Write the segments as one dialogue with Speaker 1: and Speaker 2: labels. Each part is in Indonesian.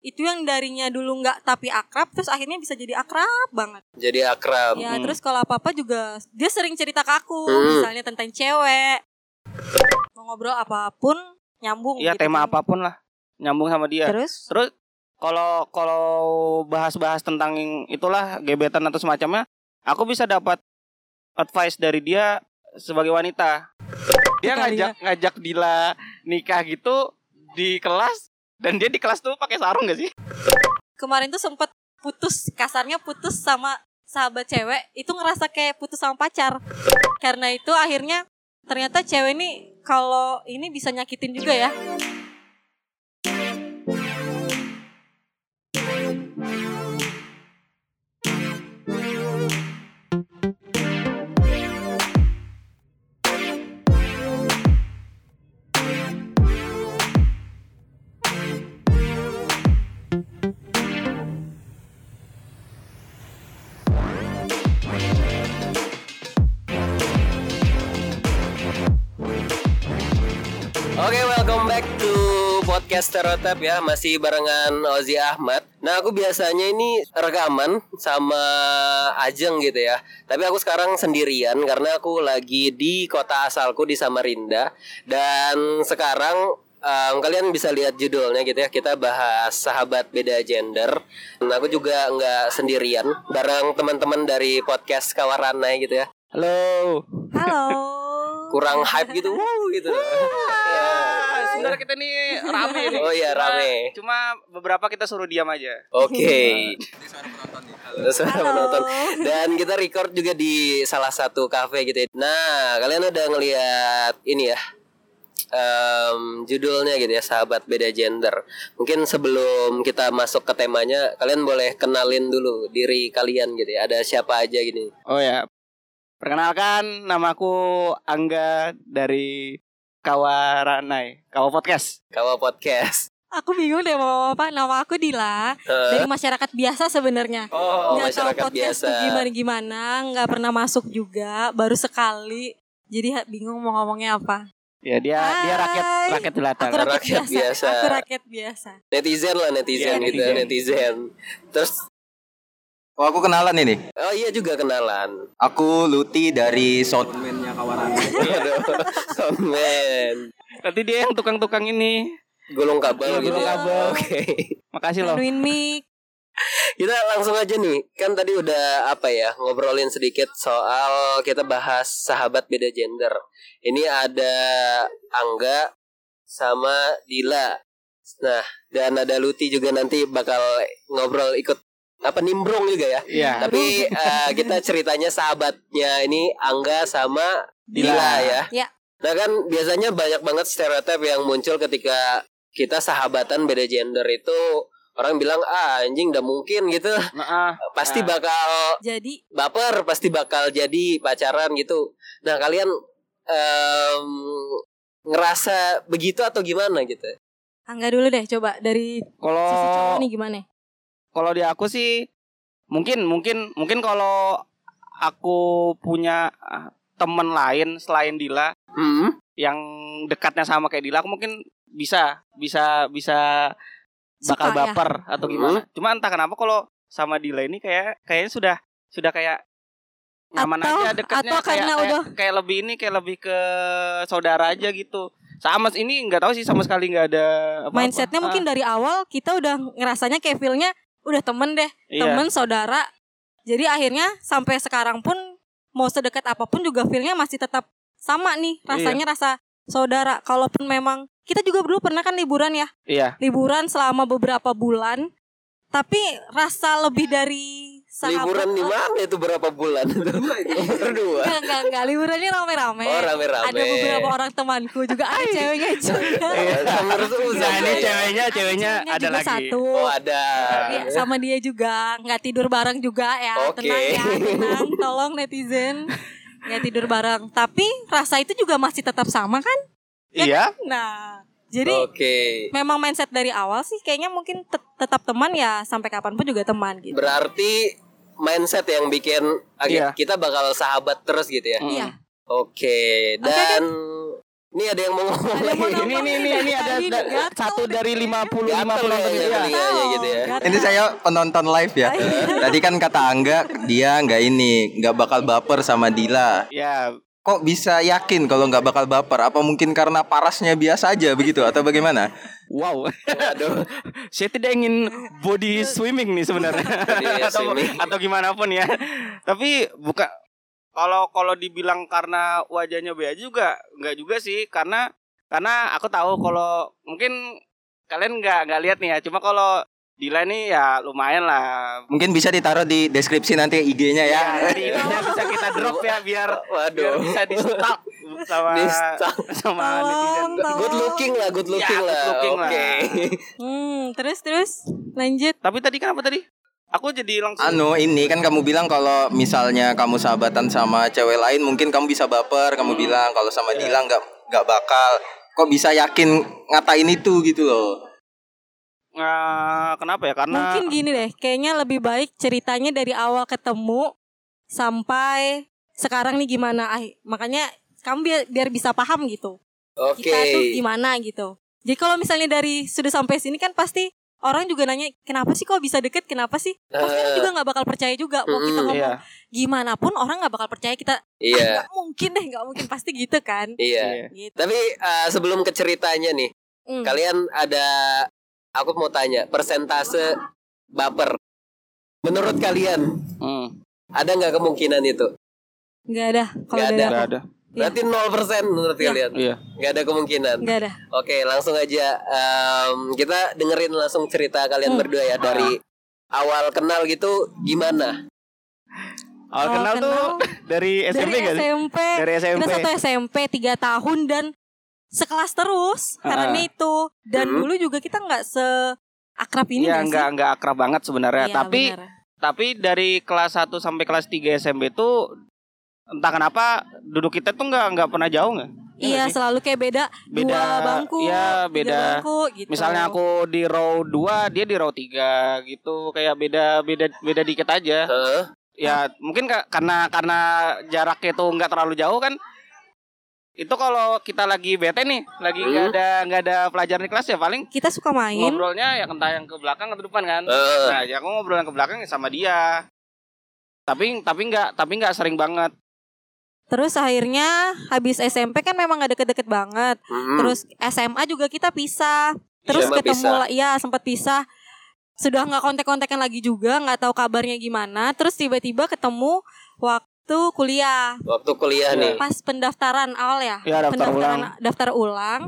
Speaker 1: itu yang darinya dulu nggak tapi akrab terus akhirnya bisa jadi akrab banget
Speaker 2: jadi akrab
Speaker 1: ya
Speaker 3: Hmm.
Speaker 1: terus kalau apa apa juga dia sering cerita ke aku misalnya tentang cewek mau ngobrol apapun nyambung
Speaker 3: Iya
Speaker 1: gitu
Speaker 3: tema iya.
Speaker 1: kan.
Speaker 3: apapun lah nyambung sama dia.
Speaker 1: terus
Speaker 3: Terus kalau kalau bahas-bahas tentang yang itulah gebetan atau semacamnya, aku bisa dapat advice dari dia sebagai wanita. Dia
Speaker 1: Bukan
Speaker 3: ngajak ngajak Dila nikah gitu di kelas dan dia di kelas tuh pakai sarung gak sih?
Speaker 1: kemarin tuh sempet putus kasarnya putus sama sahabat cewek itu ngerasa kayak putus sama pacar karena itu akhirnya ternyata cewek ini kalau ini bisa nyakitin juga ya
Speaker 2: Oke, welcome back to podcast Stereotap ya, masih barengan Ozi Ahmad. Nah, aku biasanya ini rekaman sama Ajeng gitu ya. Tapi aku sekarang sendirian karena aku lagi di kota asalku di Samarinda dan sekarang em, kalian bisa lihat judulnya gitu ya kita bahas sahabat beda gender. Nah aku juga nggak sendirian bareng teman-teman dari podcast Kawaranai gitu ya.
Speaker 3: Halo.
Speaker 1: halo
Speaker 2: Kurang hype gitu, wuh, gitu. Ya.
Speaker 3: Ah, Sebenarnya kita nih rame nih.
Speaker 2: Oh iya,
Speaker 3: Cuma-
Speaker 2: rame.
Speaker 3: Cuma beberapa kita suruh diam aja.
Speaker 2: Oke. Ada suara
Speaker 1: Halo.
Speaker 2: penonton. Dan kita record juga di salah satu cafe gitu. ya. Nah, kalian udah ngelihat ini ya. em, judulnya gitu ya, sahabat beda gender. Mungkin sebelum kita masuk ke temanya, kalian boleh kenalin dulu diri kalian gitu ya. Ada siapa aja gini.
Speaker 3: Oh ya. Perkenalkan namaku Angga dari Kawaranai, Kawa Podcast.
Speaker 2: Kawa podcast.
Speaker 1: aku bingung deh mau apa nama aku Dila dari masyarakat biasa sebenarnya
Speaker 2: Oh,
Speaker 1: nggak tahu
Speaker 2: masyarakat
Speaker 1: podcast
Speaker 2: biasa.
Speaker 1: gimana gimana nggak pernah masuk juga baru sekali jadi ha- bingung mau ngomongnya apa
Speaker 3: Ya dia dia
Speaker 1: Hai.
Speaker 3: rakyat rakyat jelata.
Speaker 1: aku
Speaker 3: kan?
Speaker 1: rakyat,
Speaker 2: Rakyat
Speaker 1: biasa.
Speaker 2: biasa.
Speaker 1: aku rakyat biasa
Speaker 2: Netizen lah netizen
Speaker 3: Iya,
Speaker 2: gitu, netizen. Terus
Speaker 4: Oh aku kenalan ini.
Speaker 2: oh iya juga kenalan.
Speaker 4: Aku Luti dari
Speaker 3: ya,
Speaker 4: Soundman-nya kawaran.
Speaker 2: Aduh, Iya soundman.
Speaker 3: Nanti dia yang tukang-tukang ini.
Speaker 2: Golong kabel
Speaker 3: Iya,
Speaker 2: gitu.
Speaker 3: golong
Speaker 2: ya.
Speaker 3: kabel.
Speaker 2: Oke.
Speaker 3: Makasih Iya loh.
Speaker 1: Anuin mic
Speaker 2: kita langsung aja nih kan tadi udah apa ya ngobrolin sedikit soal kita bahas sahabat beda gender ini ada Angga sama Dila nah dan ada Luti juga nanti bakal ngobrol ikut apa nimbrung juga ya
Speaker 3: Iya.
Speaker 2: tapi eh, kita ceritanya sahabatnya ini Angga sama Dila,
Speaker 3: Dila.
Speaker 2: ya.
Speaker 1: Ya.
Speaker 2: Nah kan biasanya banyak banget stereotip yang muncul ketika kita sahabatan beda gender itu orang bilang ah anjing udah mungkin gitu
Speaker 3: Nah, ah.
Speaker 2: pasti
Speaker 3: Ah.
Speaker 2: bakal
Speaker 1: jadi
Speaker 2: baper pasti bakal jadi pacaran gitu. Nah kalian em, ngerasa begitu atau gimana gitu?
Speaker 1: Angga dulu deh coba dari
Speaker 3: Kalau
Speaker 1: sisi cowok nih gimana
Speaker 3: kalau di aku sih mungkin mungkin mungkin kalau aku punya ah, temen lain selain Dila
Speaker 2: Hmm?
Speaker 3: yang dekatnya sama kayak Dila aku mungkin bisa bisa bisa
Speaker 1: Suka ya?
Speaker 3: bakal baper atau gimana. Cuma entah kenapa kalau sama Dila ini kayak kayaknya sudah sudah kayak nyaman
Speaker 1: Atau-
Speaker 3: aja dekatnya
Speaker 1: atau
Speaker 3: kayak,
Speaker 1: karena
Speaker 3: kayak,
Speaker 1: udah-
Speaker 3: kayak lebih ini kayak lebih ke saudara aja gitu. Sama ini nggak tahu sih sama sekali nggak ada apa-apa.
Speaker 1: mindsetnya
Speaker 3: Ah,
Speaker 1: mungkin dari awal kita udah ngerasanya kayak feel-nya udah temen deh
Speaker 3: iya.
Speaker 1: temen saudara jadi akhirnya sampai sekarang pun mau sedekat apapun juga feelnya masih tetap sama nih rasanya rasa saudara kalaupun memang kita juga dulu pernah kan liburan ya
Speaker 3: Iya.
Speaker 1: liburan selama beberapa bulan tapi rasa lebih dari sahabat oh,
Speaker 2: Liburan di mana itu berapa bulan? Berdua.
Speaker 1: Enggak, enggak, enggak. Liburannya rame-rame.
Speaker 2: Oh rame-rame.
Speaker 1: Iya, Ada beberapa orang temanku juga ada ceweknya juga.
Speaker 2: Iya. Terus
Speaker 1: Iya,
Speaker 3: Nah, ini
Speaker 2: ya.
Speaker 3: ceweknya ceweknya
Speaker 1: Ceweknya
Speaker 3: ada
Speaker 1: juga
Speaker 3: lagi.
Speaker 1: Satu.
Speaker 2: Oh ada.
Speaker 1: Ya,
Speaker 2: Iya.
Speaker 1: sama dia juga nggak tidur bareng juga ya
Speaker 2: Oke.
Speaker 1: tenang ya tenang tolong netizen nggak tidur bareng tapi rasa itu juga masih tetap sama kan
Speaker 3: Iya.
Speaker 1: nah jadi
Speaker 2: Oke.
Speaker 1: memang mindset dari awal sih kayaknya mungkin te- tetap teman ya sampai kapanpun juga teman gitu
Speaker 2: Berarti mindset yang bikin oke,
Speaker 3: Iya.
Speaker 1: Mm.
Speaker 2: kita bakal sahabat terus gitu ya.
Speaker 3: Mm.
Speaker 1: iya
Speaker 2: Oke, dan Ini ada yang mau ngomong
Speaker 1: Ada yang mau
Speaker 2: lagi.
Speaker 1: ngomong.
Speaker 3: ini ini ini ini ada
Speaker 1: Tadi
Speaker 3: da-
Speaker 1: gatel
Speaker 3: satu dari 55
Speaker 2: Gatel
Speaker 3: penonton
Speaker 2: ya,
Speaker 3: ini ya.
Speaker 2: tadi. Iya, iya, gitu ya.
Speaker 1: Gatel.
Speaker 4: Ini saya penonton live ya. Tadi kan kata Angga dia nggak ini, nggak bakal baper sama Dila.
Speaker 3: Ya,
Speaker 4: Kok bisa yakin kalau nggak bakal baper? Apa mungkin karena parasnya biasa aja begitu atau bagaimana?
Speaker 3: wow. Aduh. Saya tidak ingin body swimming nih sebenarnya.
Speaker 2: Body
Speaker 3: atau
Speaker 2: swimming.
Speaker 3: atau gimana pun ya. Tapi buka kalau kalau dibilang karena wajahnya bea juga nggak juga sih karena karena aku tahu kalau mungkin kalian nggak nggak lihat nih ya cuma kalau Dila nih ya lumayan lah
Speaker 4: Mungkin bisa ditaruh di deskripsi nanti IG-nya ya.
Speaker 3: ya jadi ininya bisa kita drop ya biar biar
Speaker 2: Waduh.
Speaker 3: bisa di stalk sama
Speaker 2: Di-stalk.
Speaker 3: sama
Speaker 1: Tolong,
Speaker 3: netizen
Speaker 1: tolong.
Speaker 2: Good looking lah, good looking
Speaker 3: Ya, good
Speaker 2: lah.
Speaker 3: looking lah.
Speaker 2: Oke.
Speaker 1: Hmm, terus terus lanjut.
Speaker 3: tapi tadi kenapa tadi aku jadi langsung
Speaker 4: Anu ini kan kamu bilang kalau misalnya kamu sahabatan sama cewek lain mungkin kamu bisa baper kamu bilang kalau sama Dila nggak nggak bakal kok bisa yakin ngatain itu gitu loh
Speaker 3: eh, kenapa ya karena
Speaker 1: Mungkin gini deh, kayaknya lebih baik ceritanya dari awal ketemu sampai sekarang nih gimana. Ah, makanya kamu biar, biar bisa paham gitu.
Speaker 2: Oke.
Speaker 1: Kita tuh gimana gitu. Jadi kalau misalnya dari sudah sampai sini kan pasti orang juga nanya kenapa sih kok bisa deket, kenapa sih? Pasti kan
Speaker 2: Eh.
Speaker 1: juga nggak bakal percaya juga mau kita ngomong
Speaker 2: Mm-mm,
Speaker 3: iya
Speaker 1: gimana pun orang nggak bakal percaya kita.
Speaker 2: Iya.
Speaker 1: Ah, nggak mungkin deh, nggak mungkin pasti gitu kan.
Speaker 2: Iya.
Speaker 3: iya.
Speaker 1: Gitu.
Speaker 2: Tapi eh, sebelum ke ceritanya nih,
Speaker 1: Mm.
Speaker 2: kalian ada aku mau tanya, persentase baper. Menurut kalian
Speaker 3: Hmm,
Speaker 2: ada nggak kemungkinan itu?
Speaker 1: Nggak ada kalau
Speaker 2: Nggak
Speaker 1: dari
Speaker 3: nggak
Speaker 1: aku.
Speaker 3: ada
Speaker 2: Berarti 0% menurut
Speaker 1: Iya.
Speaker 2: kalian.
Speaker 3: iya
Speaker 2: Nggak ada kemungkinan.
Speaker 1: Nggak ada.
Speaker 2: Oke, langsung aja Em, kita dengerin langsung cerita
Speaker 1: Hmm.
Speaker 2: kalian berdua ya dari awal kenal gitu gimana?
Speaker 3: awal
Speaker 1: Awal
Speaker 3: kenal, tuh
Speaker 1: kenal
Speaker 3: dari SMP
Speaker 1: dari
Speaker 3: nggak sih
Speaker 1: SMP.
Speaker 3: dari SMP
Speaker 1: Kita satu SMP tiga tahun dan sekelas terus karena
Speaker 3: Ah.
Speaker 1: itu dan
Speaker 2: Hmm.
Speaker 1: dulu juga kita nggak se akrab ini nggak
Speaker 3: Iya
Speaker 1: sih?
Speaker 3: nggak nggak akrab banget sebenarnya
Speaker 1: Iya,
Speaker 3: tapi
Speaker 1: benar.
Speaker 3: tapi dari kelas 1 sampai kelas 3 SMP tuh entah kenapa duduk kita tuh nggak nggak pernah jauh nggak Iya
Speaker 1: iya
Speaker 3: nggak sih?
Speaker 1: selalu kayak beda, dua
Speaker 3: Beda,
Speaker 1: bangku
Speaker 3: iya,
Speaker 1: tiga
Speaker 3: beda.
Speaker 1: bangku gitu
Speaker 3: Misalnya aku di row 2, dia di row 3 gitu, kayak beda beda beda dikit aja.
Speaker 2: Heeh.
Speaker 3: Ya, mungkin ka- karena karena jaraknya itu nggak terlalu jauh kan. Itu kalau kita lagi bete nih, lagi nggak
Speaker 2: Hmm.
Speaker 3: ada nggak ada pelajaran di kelas ya paling
Speaker 1: kita suka main
Speaker 3: ngobrolnya ya entah yang ke belakang atau depan kan.
Speaker 2: Heeh.
Speaker 3: Nah, ya aku ngobrol yang ke belakang ya sama dia. Tapi tapi nggak tapi nggak sering banget.
Speaker 1: terus akhirnya habis SMP kan memang nggak deket-deket banget
Speaker 3: Hmm.
Speaker 2: Mm-mm.
Speaker 1: terus SMA juga kita pisah terus
Speaker 3: Iya,
Speaker 2: SMA
Speaker 1: ketemu
Speaker 2: pisah.
Speaker 1: lah ya sempat pisah sudah nggak kontak-kontakan lagi juga nggak tahu kabarnya gimana terus tiba-tiba ketemu waktu kuliah
Speaker 2: waktu kuliah
Speaker 3: Iya.
Speaker 2: nih.
Speaker 1: pas pendaftaran awal ya
Speaker 3: Ya daftar ulang.
Speaker 1: pendaftaran daftar ulang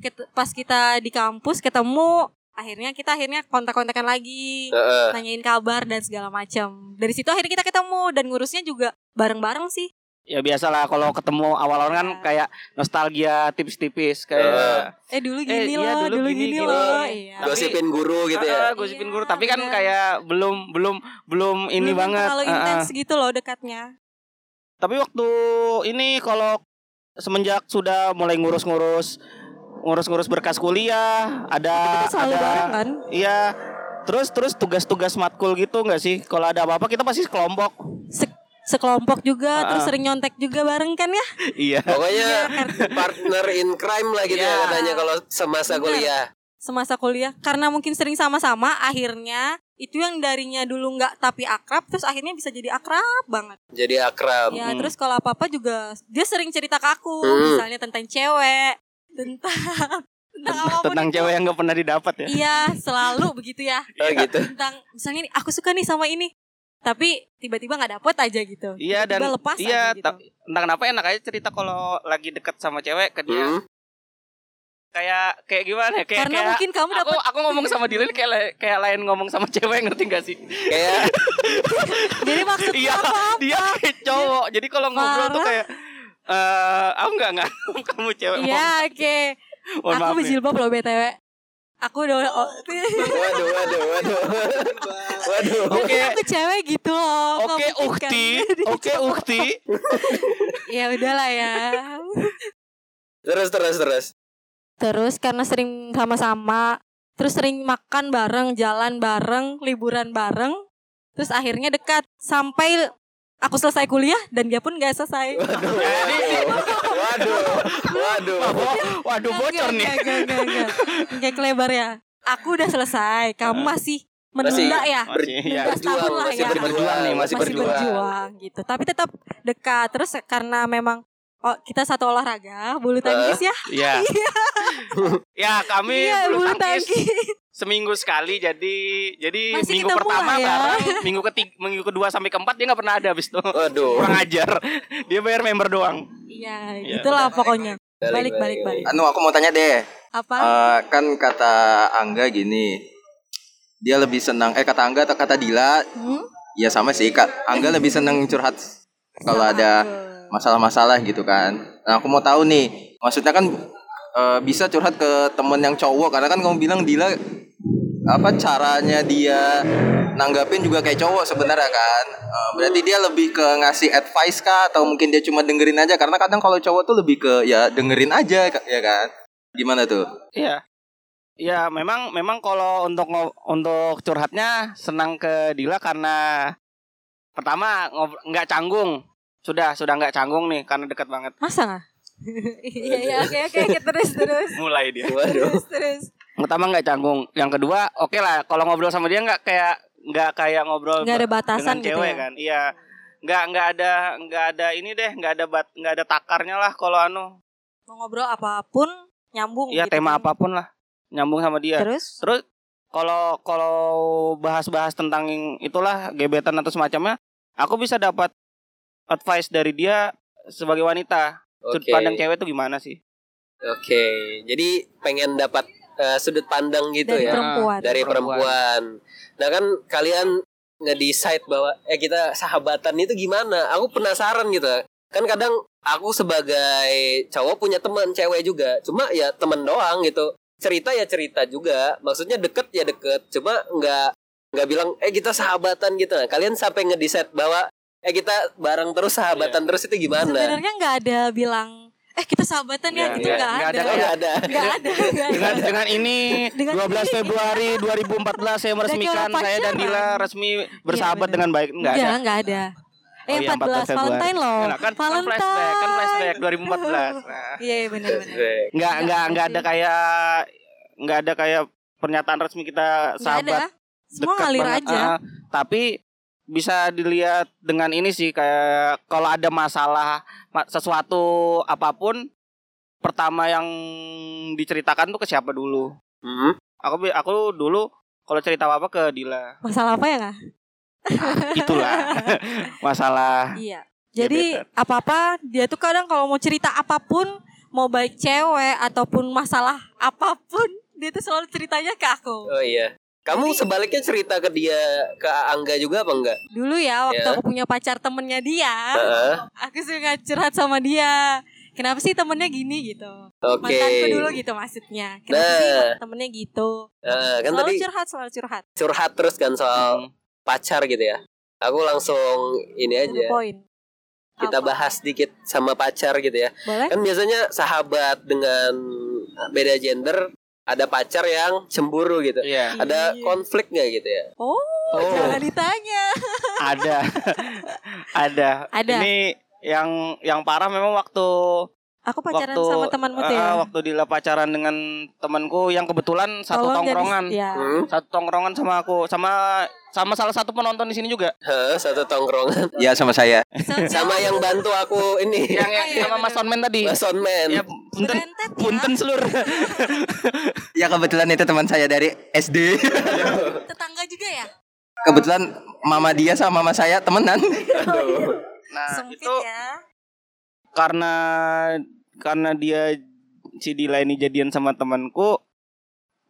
Speaker 1: ket- pas kita di kampus ketemu akhirnya kita akhirnya kontak-kontakan lagi
Speaker 3: Iya.
Speaker 2: Heeh.
Speaker 1: nanyain kabar dan segala macam dari situ akhirnya kita ketemu dan ngurusnya juga bareng-bareng sih
Speaker 3: Ya biasalah kalau ketemu awal-awal kan
Speaker 1: Iya.
Speaker 3: kayak nostalgia tipis-tipis
Speaker 2: Heeh.
Speaker 3: kayak
Speaker 1: eh dulu
Speaker 3: Eh,
Speaker 1: gini
Speaker 3: iya,
Speaker 1: loh
Speaker 3: dulu
Speaker 1: dulu,
Speaker 3: gini,
Speaker 1: gini,
Speaker 3: gini.
Speaker 1: loh iya.
Speaker 3: Tapi-
Speaker 2: Gosipin guru gitu ya.
Speaker 3: Ah, gosipin
Speaker 1: Iya,
Speaker 3: guru tapi kan
Speaker 1: bener.
Speaker 3: kayak belum belum belum ini
Speaker 1: Belum
Speaker 3: banget
Speaker 1: terlalu
Speaker 3: Ah, ah.
Speaker 1: intens gitu loh dekatnya
Speaker 3: tapi waktu ini kalau semenjak sudah mulai ngurus-ngurus ngurus-ngurus berkas kuliah ada
Speaker 1: kita selalu
Speaker 3: Ah, ada
Speaker 1: bareng kan
Speaker 3: iya terus terus tugas-tugas matkul gitu nggak sih kalau ada apa-apa kita pasti kelompok
Speaker 1: Se- sekelompok juga
Speaker 3: Ah,
Speaker 1: terus
Speaker 3: ah.
Speaker 1: sering nyontek juga bareng kan ya kan?
Speaker 3: iya
Speaker 2: Pokoknya partner in crime lah gitu
Speaker 3: Iya.
Speaker 2: ya katanya kalau semasa
Speaker 1: Bener.
Speaker 2: kuliah.
Speaker 1: semasa kuliah karena mungkin sering sama-sama akhirnya itu yang darinya dulu nggak tapi akrab terus akhirnya bisa jadi akrab banget
Speaker 2: Jadi akrab.
Speaker 1: ya
Speaker 3: Hmm.
Speaker 1: terus kalau apa apa juga dia sering cerita ke aku
Speaker 3: Mm.
Speaker 2: Hmm.
Speaker 1: misalnya tentang cewek tentang tentang apapun
Speaker 3: tentang
Speaker 1: itu.
Speaker 3: cewek yang nggak pernah didapat ya
Speaker 1: iya selalu begitu ya
Speaker 2: Oh, gitu.
Speaker 1: tentang misalnya nih, aku suka nih sama ini tapi tiba-tiba nggak dapet aja gitu
Speaker 3: Iya,
Speaker 1: Tiba-tiba
Speaker 3: dan-
Speaker 1: lepas
Speaker 3: iya,
Speaker 1: aja gitu.
Speaker 3: tapi- entah kenapa enak aja cerita kalau lagi deket sama cewek ke dia
Speaker 2: Hmm.
Speaker 3: kayak kayak gimana ya? kayak
Speaker 1: karena
Speaker 3: kayak-
Speaker 1: mungkin kamu
Speaker 3: aku
Speaker 1: dapet
Speaker 3: aku ngomong sama Dylan kayak la- kayak lain ngomong sama cewek ngerti gak sih?
Speaker 2: Kayak
Speaker 1: jadi maksudnya
Speaker 3: Iya,
Speaker 1: apa
Speaker 3: dia kayak cowok. Jadi kalau ngobrol tuh
Speaker 1: Parah.
Speaker 3: kayak eh aku nggak nggak kamu cewek. Mohon-
Speaker 1: iya oke
Speaker 3: mohon
Speaker 1: aku
Speaker 3: maaf nih.
Speaker 1: berjilbab loh btw aku udah oh,
Speaker 2: waduh waduh waduh. waduh.
Speaker 3: Oke.
Speaker 1: aku cewek gitu loh
Speaker 3: Oke,
Speaker 1: Kamu kan.
Speaker 3: ukti. Oh. Oke, ukti.
Speaker 1: ya udahlah ya
Speaker 2: Terus terus terus.
Speaker 1: terus karena sering sama-sama terus sering makan bareng jalan bareng liburan bareng terus akhirnya dekat sampai aku selesai kuliah dan dia pun nggak selesai.
Speaker 2: Waduh, waduh.
Speaker 3: Waduh
Speaker 1: Enggak,
Speaker 3: bocor nih.
Speaker 1: enggak, enggak, enggak, enggak. Enggak kelebar ya. Aku udah selesai, kamu masih menunda ya.
Speaker 3: Nah. Masih, ya.
Speaker 1: Nunda setahun lah
Speaker 2: masih
Speaker 1: ya.
Speaker 2: berjuang nih, masih,
Speaker 1: masih berjuang gitu. Tapi tetap dekat. Terus karena memang oh, kita satu olahraga bulu tangkis ya.
Speaker 3: Iya. ya kami
Speaker 1: Iya,
Speaker 3: bulu
Speaker 1: bulu
Speaker 3: tangkis
Speaker 1: tangkis.
Speaker 3: seminggu sekali jadi jadi
Speaker 1: Masih
Speaker 3: minggu
Speaker 1: ketemu
Speaker 3: pertama
Speaker 1: lah ya.
Speaker 3: bareng, minggu ketiga, minggu kedua sampai keempat dia nggak pernah ada abis itu.
Speaker 2: Waduh.
Speaker 3: Kurang ajar. Dia bayar member doang.
Speaker 1: Iya,
Speaker 3: Iya.
Speaker 1: gitulah pokoknya.
Speaker 2: Balik,
Speaker 1: Balik balik
Speaker 2: balik.
Speaker 1: balik.
Speaker 4: Anu aku mau tanya deh.
Speaker 1: Apa?
Speaker 4: Eh, kan kata Angga gini. Dia lebih senang eh kata Angga atau kata Dila?
Speaker 1: Hmm?
Speaker 4: Ya sama sih. Kak Angga lebih senang curhat kalau
Speaker 1: Sama
Speaker 4: ada
Speaker 1: aku.
Speaker 4: masalah-masalah gitu kan. Nah, aku mau tahu nih. Maksudnya kan eh, bisa curhat ke temen yang cowok karena kan kamu bilang Dila apa caranya dia nanggapin juga kayak cowok sebenarnya kan Eh, berarti dia lebih ke ngasih advice kah atau mungkin dia cuma dengerin aja karena kadang kalau cowok tuh lebih ke ya dengerin aja Kak, ya kan gimana tuh
Speaker 3: Iya. Ya memang memang kalau untuk ngo- untuk curhatnya senang ke Dila karena pertama ngob- nggak canggung sudah sudah nggak canggung nih karena dekat banget
Speaker 1: Masa nggak? Iya iya oke oke oke, terus terus
Speaker 3: mulai dia
Speaker 2: Waduh.
Speaker 1: terus terus.
Speaker 3: pertama nggak canggung yang kedua oke lah kalau ngobrol sama dia nggak kayak nggak kayak ngobrol
Speaker 1: Nggak ada batasan
Speaker 3: dengan
Speaker 1: gitu
Speaker 3: cewek
Speaker 1: ya?
Speaker 3: kan iya nggak nggak ada nggak ada ini deh nggak ada bat nggak ada takarnya lah kalau anu
Speaker 1: Mau ngobrol apapun nyambung.
Speaker 3: ya
Speaker 1: gitu
Speaker 3: tema
Speaker 1: kan.
Speaker 3: apapun lah nyambung sama dia
Speaker 1: Terus
Speaker 3: Terus kalau kalau bahas-bahas tentang yang itulah gebetan atau semacamnya, aku bisa dapat advice dari dia sebagai wanita. Sudut
Speaker 2: Oke.
Speaker 3: pandang cewek tuh gimana sih?
Speaker 2: Oke. Jadi pengen dapat eh, sudut pandang gitu
Speaker 1: dari
Speaker 2: ya.
Speaker 1: perempuan.
Speaker 2: dari perempuan. Nah kan kalian nge-decide bahwa eh kita sahabatan itu gimana? Aku penasaran gitu. Kan kadang aku sebagai cowok punya teman cewek juga. Cuma ya teman doang gitu. Cerita ya cerita juga. Maksudnya deket ya deket. Cuma nggak nggak bilang eh kita sahabatan gitu. Nah, kalian sampai nge-decide bahwa eh kita bareng terus sahabatan terus itu gimana?
Speaker 1: Sebenarnya nggak ada bilang eh kita sahabatan ya,
Speaker 3: Nggak,
Speaker 1: itu
Speaker 3: nggak,
Speaker 1: nggak
Speaker 3: nggak
Speaker 1: ada.
Speaker 3: ada,
Speaker 2: Oh, nggak ada.
Speaker 1: Nggak ada. nggak
Speaker 3: Dengan
Speaker 1: ada.
Speaker 3: dengan ini
Speaker 1: Dengan
Speaker 3: 12 Februari 2014 saya meresmikan
Speaker 1: orang
Speaker 3: saya dan Dila
Speaker 1: pacaran.
Speaker 3: resmi bersahabat
Speaker 1: benar.
Speaker 3: dengan baik. Enggak ada.
Speaker 1: Enggak, enggak Iya, ada.
Speaker 3: Oh
Speaker 1: Eh,
Speaker 3: iya,
Speaker 1: 14,
Speaker 3: 14
Speaker 1: Valentine loh.
Speaker 3: Nah, kan, kan
Speaker 1: Valentine.
Speaker 3: flashback, kan flashback 2014. Nah,
Speaker 1: Iya, iya, benar benar.
Speaker 3: enggak enggak enggak ada
Speaker 1: sih.
Speaker 3: kayak enggak ada kayak pernyataan resmi kita
Speaker 1: Enggak ada. ah.
Speaker 3: sahabat
Speaker 1: Semua
Speaker 3: dekat
Speaker 1: ngalir
Speaker 3: banget.
Speaker 1: aja.
Speaker 3: Ah, tapi bisa dilihat dengan ini sih kayak kalau ada masalah ma- sesuatu apapun pertama yang diceritakan tuh ke siapa dulu.
Speaker 2: Hmm.
Speaker 3: Aku bi- aku dulu kalau cerita apa ke Dila.
Speaker 1: Masalah apa ya
Speaker 3: Ah.
Speaker 1: nggak?
Speaker 3: Itulah masalah.
Speaker 1: Iya. Jadi
Speaker 3: Gebetan.
Speaker 1: apa-apa dia tuh kadang kalau mau cerita apapun, mau baik cewek ataupun masalah apapun, dia tuh selalu ceritanya ke aku.
Speaker 2: Oh iya. Kamu
Speaker 1: Jadi-
Speaker 2: sebaliknya cerita ke dia ke Angga juga apa enggak?
Speaker 1: Dulu ya waktu
Speaker 2: Iya.
Speaker 1: aku punya pacar temennya dia,
Speaker 2: Heeh.
Speaker 1: aku suka curhat sama dia. Kenapa sih temennya gini gitu?
Speaker 2: Oke.
Speaker 1: Mantanku dulu gitu maksudnya. Kenapa sih
Speaker 2: Nah.
Speaker 1: temennya gitu?
Speaker 2: Eh, kan
Speaker 1: selalu
Speaker 2: tadi
Speaker 1: curhat, selalu curhat.
Speaker 2: curhat terus kan soal
Speaker 3: Hmm.
Speaker 2: pacar gitu ya. Aku langsung ini
Speaker 1: To the
Speaker 2: aja.
Speaker 1: point.
Speaker 2: Kita
Speaker 1: Iya. Apa?
Speaker 2: bahas dikit sama pacar gitu ya.
Speaker 1: Boleh?
Speaker 3: Eh.
Speaker 2: Kan biasanya sahabat dengan beda gender ada pacar yang cemburu gitu.
Speaker 3: Iya,
Speaker 2: Ada
Speaker 1: Iya.
Speaker 2: konflik nggak gitu ya?
Speaker 1: Oh,
Speaker 2: Oh.
Speaker 1: jangan ditanya.
Speaker 3: ada. ada.
Speaker 1: Ada.
Speaker 3: Ini yang yang parah memang waktu
Speaker 1: Aku pacaran
Speaker 3: waktu
Speaker 1: sama temanmu tuh ya.
Speaker 3: ah, waktu Dila pacaran dengan temanku yang kebetulan satu
Speaker 1: Tolong jadi-
Speaker 3: tongkrongan.
Speaker 1: Ya.
Speaker 2: Hmm?
Speaker 3: satu tongkrongan sama aku sama sama salah satu penonton di sini juga
Speaker 2: Heh, satu tongkrongan
Speaker 4: ya sama saya
Speaker 2: sama yang bantu aku ini
Speaker 3: yang, yang
Speaker 1: Oh, Iya. iya,
Speaker 3: sama Mas
Speaker 1: bener.
Speaker 3: Soundman tadi
Speaker 2: Mas Soundman.
Speaker 3: ya punten
Speaker 1: Berentet ya.
Speaker 3: punten selur
Speaker 4: ya kebetulan itu teman saya dari SD
Speaker 1: Tetangga juga ya?
Speaker 4: kebetulan mama dia sama mama saya temenan
Speaker 3: nah
Speaker 1: Sempit
Speaker 3: itu
Speaker 1: ya.
Speaker 3: karena karena dia si Dila ini jadian sama temanku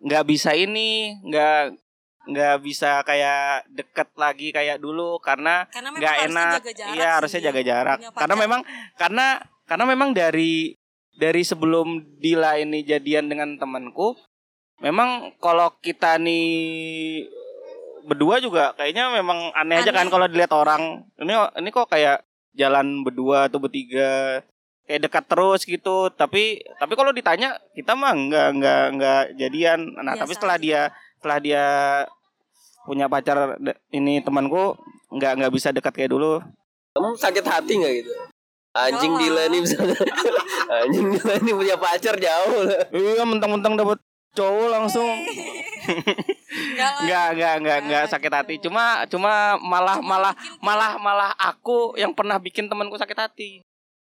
Speaker 3: nggak bisa ini nggak nggak bisa kayak deket lagi kayak dulu karena
Speaker 1: Karena memang
Speaker 3: nggak
Speaker 1: harusnya
Speaker 3: enak
Speaker 1: jaga jarak.
Speaker 3: iya harusnya
Speaker 1: sih. ya,
Speaker 3: jaga jarak
Speaker 1: Punya
Speaker 3: karena
Speaker 1: pacar.
Speaker 3: memang karena karena memang dari dari sebelum Dila ini jadian dengan temanku memang kalau kita nih berdua juga kayaknya memang aneh, aja
Speaker 1: Aneh.
Speaker 3: kan kalau dilihat orang ini ini kok kayak jalan berdua atau bertiga kayak dekat terus gitu tapi tapi kalau ditanya kita mah nggak nggak nggak jadian nah tapi
Speaker 1: Biasa
Speaker 3: setelah
Speaker 1: aja.
Speaker 3: dia setelah dia punya pacar de- ini temanku nggak nggak bisa dekat kayak dulu
Speaker 2: Kamu sakit hati nggak gitu? Anjing
Speaker 1: Enggak
Speaker 2: Dila
Speaker 1: lah.
Speaker 2: nih misalnya. Anjing Dila nih punya pacar jauh. lah.
Speaker 3: Iya mentang-mentang dapat cowok langsung
Speaker 1: Iya. Enggak lah.
Speaker 3: nggak nggak nggak nggak sakit hati cuma cuma malah malah malah malah aku yang pernah bikin temanku sakit hati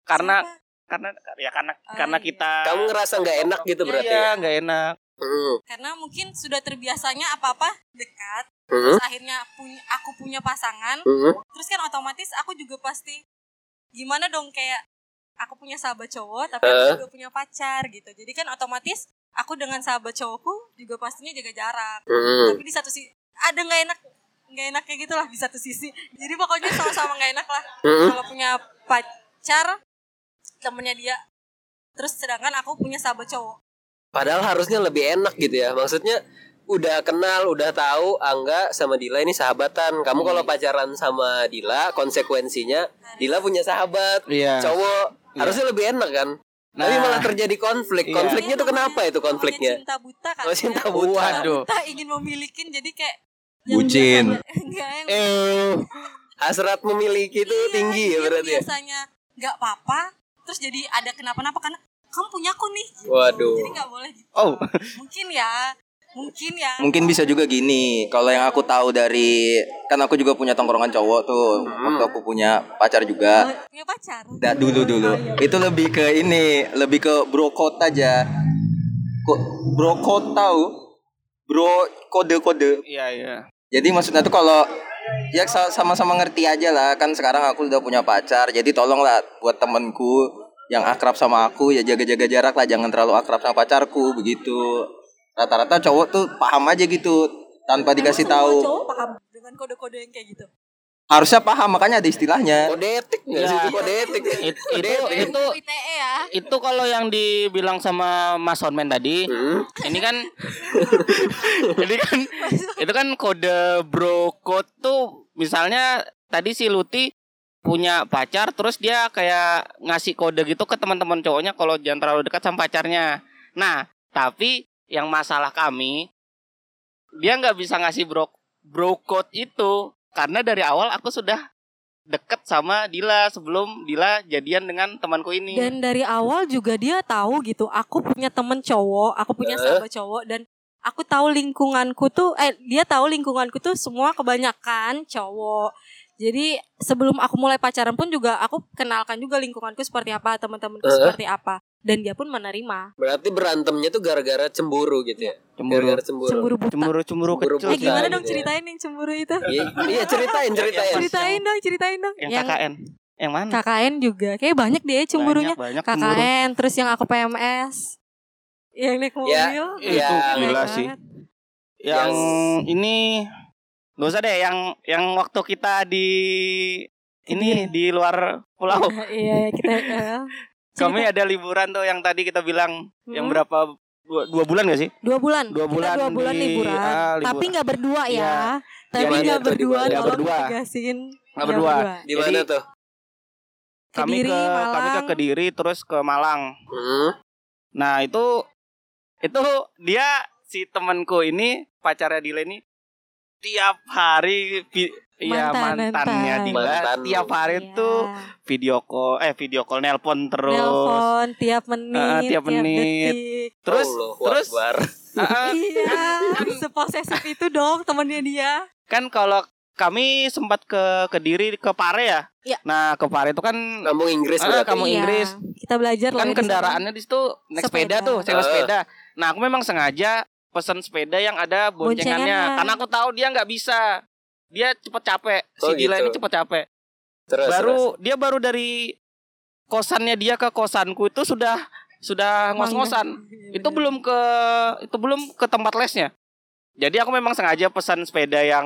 Speaker 3: karena
Speaker 1: Siapa?
Speaker 3: karena ya karena
Speaker 1: Ah,
Speaker 3: karena
Speaker 1: iya.
Speaker 3: kita
Speaker 2: Kamu ngerasa nggak enak gitu berarti?
Speaker 3: iya
Speaker 2: ya?
Speaker 3: nggak enak
Speaker 2: Hmm.
Speaker 1: karena mungkin sudah terbiasanya apa-apa dekat.
Speaker 2: Hmm.
Speaker 1: Terus akhirnya punya aku punya pasangan.
Speaker 2: Hmm.
Speaker 1: Terus kan otomatis aku juga pasti gimana dong kayak aku punya sahabat cowok tapi
Speaker 2: Eh.
Speaker 1: aku juga punya pacar gitu. Jadi kan otomatis aku dengan sahabat cowokku juga pastinya jaga jarak.
Speaker 2: Hmm.
Speaker 1: Tapi di satu sisi ada nggak enak nggak enak kayak gitulah di satu sisi. Jadi pokoknya sama-sama nggak enak lah.
Speaker 2: Hmm.
Speaker 1: Kalau punya pacar temennya dia. Terus sedangkan aku punya sahabat cowok.
Speaker 2: Padahal harusnya lebih enak gitu ya. Maksudnya udah kenal, udah tahu Angga sama Dila ini sahabatan. Kamu kalau
Speaker 1: Iya.
Speaker 2: pacaran sama Dila, konsekuensinya Dila punya sahabat,
Speaker 3: iya
Speaker 2: cowok. Harusnya lebih enak kan? Tapi
Speaker 3: Nah.
Speaker 2: malah terjadi konflik.
Speaker 3: Iya.
Speaker 2: Konfliknya
Speaker 1: Iya,
Speaker 2: tuh kenapa
Speaker 1: namanya-
Speaker 2: itu
Speaker 1: namanya
Speaker 2: konfliknya?
Speaker 1: Cinta buta kan.
Speaker 2: Oh cinta
Speaker 1: ya.
Speaker 2: buta.
Speaker 3: Waduh.
Speaker 1: Buta ingin memiliki jadi kayak
Speaker 4: Bucin.
Speaker 1: Enggak, yang
Speaker 2: Eh, hasrat memiliki itu
Speaker 1: Iya,
Speaker 2: tinggi ya
Speaker 1: yang
Speaker 2: berarti. ya?
Speaker 1: biasanya nggak apa-apa terus jadi ada kenapa-napa karena kamu punya aku nih gitu.
Speaker 2: Waduh.
Speaker 1: jadi nggak boleh gitu
Speaker 3: Oh.
Speaker 1: mungkin ya mungkin ya
Speaker 4: Mungkin bisa juga gini, kalau yang aku tahu dari kan aku juga punya tongkrongan cowok tuh, waktu aku punya pacar juga.
Speaker 1: punya pacar Iya.
Speaker 4: Nggak, dulu dulu. Itu lebih ke ini, lebih ke bro code aja. Kok bro code tahu? Bro kode-kode.
Speaker 3: iya iya
Speaker 4: Jadi maksudnya tuh kalau ya sa- sama-sama ngerti aja lah kan sekarang aku udah punya pacar jadi tolonglah buat temenku yang akrab sama aku ya jaga-jaga jarak lah jangan terlalu akrab sama pacarku begitu rata-rata cowok tuh paham aja gitu tanpa dikasih
Speaker 1: Semua
Speaker 4: tahu
Speaker 1: cowok paham dengan kode-kode yang kayak gitu
Speaker 4: harusnya paham makanya ada istilahnya
Speaker 2: Kode etik nggak sih?
Speaker 3: Iya.
Speaker 2: Itu Kode etik.
Speaker 3: It-
Speaker 2: Kode
Speaker 3: itu
Speaker 2: etik.
Speaker 3: itu
Speaker 1: ITE ya
Speaker 3: itu kalau yang dibilang sama Mas Honman tadi
Speaker 2: Hmm.
Speaker 3: ini kan ini kan itu kan kode bro code tuh misalnya tadi si Luti punya pacar terus dia kayak ngasih kode gitu ke teman-teman cowoknya kalau jangan terlalu dekat sama pacarnya nah tapi yang masalah kami dia nggak bisa ngasih bro bro code itu karena dari awal aku sudah deket sama Dila sebelum Dila jadian dengan temanku ini
Speaker 1: dan dari awal juga dia tahu gitu aku punya temen cowok aku punya
Speaker 2: Eh.
Speaker 1: sahabat cowok dan aku tahu lingkunganku tuh eh dia tahu lingkunganku tuh semua kebanyakan cowok jadi sebelum aku mulai pacaran pun juga aku kenalkan juga lingkunganku seperti apa teman-temanku
Speaker 2: Eh.
Speaker 1: seperti apa dan dia pun menerima
Speaker 2: Berarti berantemnya tuh gara-gara cemburu gitu ya. Gara-gara cemburu.
Speaker 1: cemburu buta
Speaker 3: cemburu cemburu
Speaker 2: Cemburu
Speaker 1: eh
Speaker 3: kecil
Speaker 2: buta.
Speaker 1: gimana
Speaker 2: gitu
Speaker 1: dong
Speaker 2: ya.
Speaker 1: ceritain yang cemburu itu
Speaker 2: Iya, iya, ceritain, ceritain.
Speaker 1: ceritain dong ceritain dong
Speaker 3: yang, KKN yang mana
Speaker 1: KKN juga kayak banyak deh cemburunya
Speaker 3: banyak, banyak cemburu
Speaker 1: KKN terus yang aku PMS yang naik mobil Iya kan?
Speaker 2: Ya,
Speaker 3: itu
Speaker 2: Ya,
Speaker 1: Keren
Speaker 3: gila
Speaker 1: banget.
Speaker 3: sih yang
Speaker 2: Yang-
Speaker 3: ini nggak usah deh yang yang waktu kita di ini di luar pulau
Speaker 1: Iya, kita eh,
Speaker 3: kami ada liburan tuh yang tadi kita bilang yang
Speaker 1: Mm.
Speaker 3: berapa dua, dua bulan gak sih
Speaker 1: dua bulan.
Speaker 3: dua bulan
Speaker 1: kita dua bulan
Speaker 3: di-
Speaker 1: liburan.
Speaker 3: ah, liburan.
Speaker 1: Tapi nggak berdua ya.
Speaker 3: Iya.
Speaker 1: Tapi
Speaker 2: Iya,
Speaker 1: nggak
Speaker 2: iya,
Speaker 1: berdua,
Speaker 2: nggak
Speaker 1: tolong
Speaker 3: berdua.
Speaker 1: ditegasin.
Speaker 3: Nggak berdua.
Speaker 2: Di mana tuh?
Speaker 3: kami
Speaker 1: Iya, Kediri,
Speaker 3: ke kami ke
Speaker 1: Malang.
Speaker 3: Kediri terus ke Malang
Speaker 2: Hmm.
Speaker 3: nah itu itu dia si temanku ini pacarnya Dila ini tiap hari vi- Iya
Speaker 1: Mantan,
Speaker 3: mantannya
Speaker 1: mantan.
Speaker 3: Dila
Speaker 2: Mantan.
Speaker 3: tiap hari
Speaker 1: Iya.
Speaker 3: tuh video call eh video call nelpon terus
Speaker 1: Nelpon tiap menit,
Speaker 3: Ah, tiap menit.
Speaker 1: detik.
Speaker 3: terus
Speaker 2: Allah,
Speaker 3: terus
Speaker 2: Akbar.
Speaker 3: Ah, ah,
Speaker 1: Iya, seposesif itu dong temennya dia.
Speaker 3: kan kalau kami sempat ke Kediri ke Pare ya.
Speaker 1: Iya.
Speaker 3: Nah, ke Pare itu kan
Speaker 2: kamu Inggris
Speaker 3: Ah,
Speaker 2: berarti.
Speaker 3: kamu
Speaker 1: Iya,
Speaker 3: Inggris.
Speaker 1: Kita belajar lah ya
Speaker 3: kan
Speaker 1: di sana.
Speaker 3: kendaraannya di situ naik sepeda,
Speaker 1: Sepeda.
Speaker 3: tuh, sewa
Speaker 2: Eh.
Speaker 3: sepeda. Nah, aku memang sengaja pesan sepeda yang ada boncengannya
Speaker 1: Boncengannya.
Speaker 3: karena aku tahu dia nggak bisa. Dia cepet capek. Si
Speaker 2: Oh,
Speaker 3: Dila
Speaker 2: gitu.
Speaker 3: ini cepet capek.
Speaker 2: Terus,
Speaker 3: baru
Speaker 2: terus.
Speaker 3: dia baru dari kosannya dia ke kosanku itu sudah sudah ngos-ngosan.
Speaker 1: Iya,
Speaker 3: itu
Speaker 1: bener.
Speaker 3: belum ke itu belum ke tempat lesnya jadi aku memang sengaja pesan sepeda yang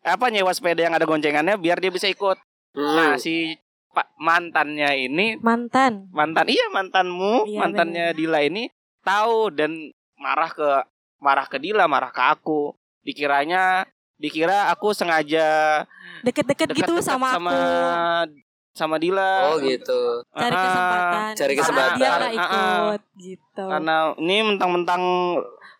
Speaker 3: apa nyewa sepeda yang ada goncengannya biar dia bisa ikut
Speaker 2: Hmm.
Speaker 3: nah si pak mantannya ini
Speaker 1: mantan.
Speaker 3: mantan iya mantanmu
Speaker 1: Iya,
Speaker 3: mantannya Dila ini tahu dan marah ke marah ke Dila marah ke aku dikiranya dikira aku sengaja
Speaker 1: Deket-deket gitu
Speaker 3: dekat-dekat
Speaker 1: sama,
Speaker 3: sama
Speaker 1: aku.
Speaker 3: sama Dila
Speaker 2: Oh gitu.
Speaker 1: Cari
Speaker 3: Ah, ah.
Speaker 1: kesempatan.
Speaker 2: Cari
Speaker 1: Karena
Speaker 2: kesempatan.
Speaker 1: Dia nggak
Speaker 3: Ah, ah.
Speaker 1: ikut gitu.
Speaker 3: karena ini mentang-mentang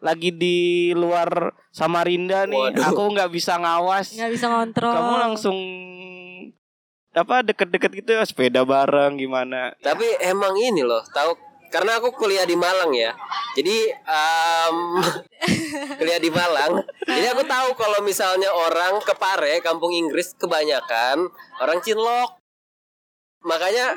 Speaker 3: lagi di luar Samarinda nih
Speaker 2: Waduh.
Speaker 1: Ya
Speaker 3: aku nggak bisa ngawas
Speaker 1: nggak bisa ngontrol
Speaker 3: kamu langsung apa deket-deket gitu ya sepeda bareng gimana Ya,
Speaker 2: Tapi emang ini loh, tahu karena aku kuliah di Malang ya. Jadi em, kuliah di Malang. Jadi aku tahu kalau misalnya orang ke Pare, kampung Inggris kebanyakan orang Cinlok. Makanya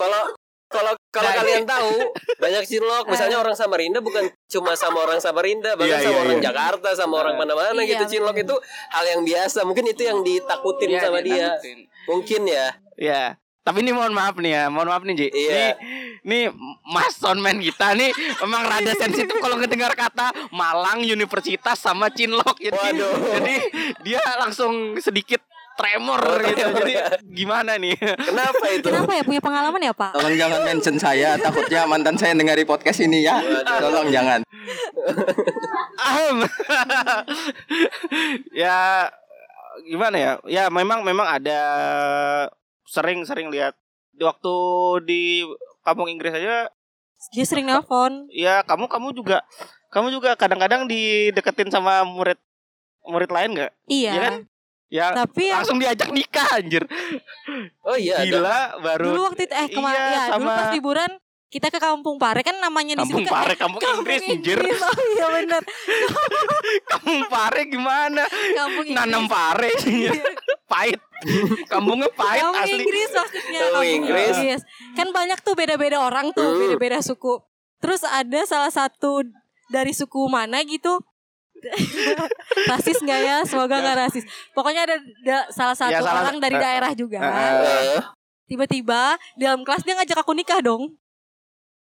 Speaker 2: kalau kalau kalau kalian tahu banyak Cinlok, misalnya orang Samarinda bukan cuma sama orang Samarinda, bahkan
Speaker 3: Iya,
Speaker 2: sama
Speaker 3: iya,
Speaker 2: orang
Speaker 3: iya.
Speaker 2: Jakarta, sama orang mana-mana
Speaker 1: Iya,
Speaker 2: gitu. Cinlok
Speaker 1: bener.
Speaker 2: itu hal yang biasa. Mungkin itu yang ditakutin
Speaker 3: Iya,
Speaker 2: sama dia.
Speaker 3: ditakutin.
Speaker 2: Mungkin ya.
Speaker 3: ya tapi ini mohon maaf nih ya mohon maaf nih Ji
Speaker 2: Iya.
Speaker 3: ini mas soundman kita nih emang rada sensitif kalau ngedengar kata Malang Universitas sama Cinlok jadi
Speaker 2: Waduh. Oh,
Speaker 3: jadi dia langsung sedikit tremor gitu jadi gimana nih
Speaker 2: Kenapa itu?
Speaker 1: Kenapa ya punya pengalaman ya Pak?
Speaker 4: Tolong jangan mention saya, takutnya mantan saya dengari podcast ini ya.
Speaker 1: Iya,
Speaker 4: Tolong jangan.
Speaker 3: Ahem. ya gimana ya? Ya memang memang ada sering-sering lihat di waktu di kampung Inggris aja
Speaker 1: Dia sering nelpon.
Speaker 3: ya kamu kamu juga kamu juga kadang-kadang dideketin sama murid murid lain nggak?
Speaker 1: Iya.
Speaker 3: Iya kan? Ya
Speaker 1: Tapi yang
Speaker 3: langsung diajak nikah anjir.
Speaker 2: Oh iya, ada.
Speaker 3: Gila baru
Speaker 1: dulu waktu itu eh kemarin
Speaker 3: Iya,
Speaker 1: ya dulu
Speaker 3: sama-
Speaker 1: pas liburan kita ke Kampung Pare kan namanya di
Speaker 3: kampung
Speaker 1: sini kan
Speaker 3: pare
Speaker 1: eh,
Speaker 3: kampung, Inggris anjir.
Speaker 1: Oh iya benar.
Speaker 3: Kampung pare gimana?
Speaker 1: Kampung Inggris.
Speaker 3: Nanam pare pahit. Kampungnya pahit
Speaker 1: Kampung
Speaker 3: asli.
Speaker 1: Inggris maksudnya
Speaker 2: Kampung Inggris.
Speaker 1: Kan banyak tuh beda-beda orang
Speaker 3: Uh.
Speaker 1: tuh,
Speaker 2: Hmm.
Speaker 1: beda-beda suku. Terus ada salah satu dari suku mana gitu. rasis nggak ya? Semoga nggak rasis. Pokoknya ada da- salah satu
Speaker 3: Ya, salah-
Speaker 1: orang dari
Speaker 3: eh,
Speaker 1: daerah juga.
Speaker 3: eh,
Speaker 2: Eh,
Speaker 1: Tiba-tiba dalam kelas dia ngajak aku nikah dong.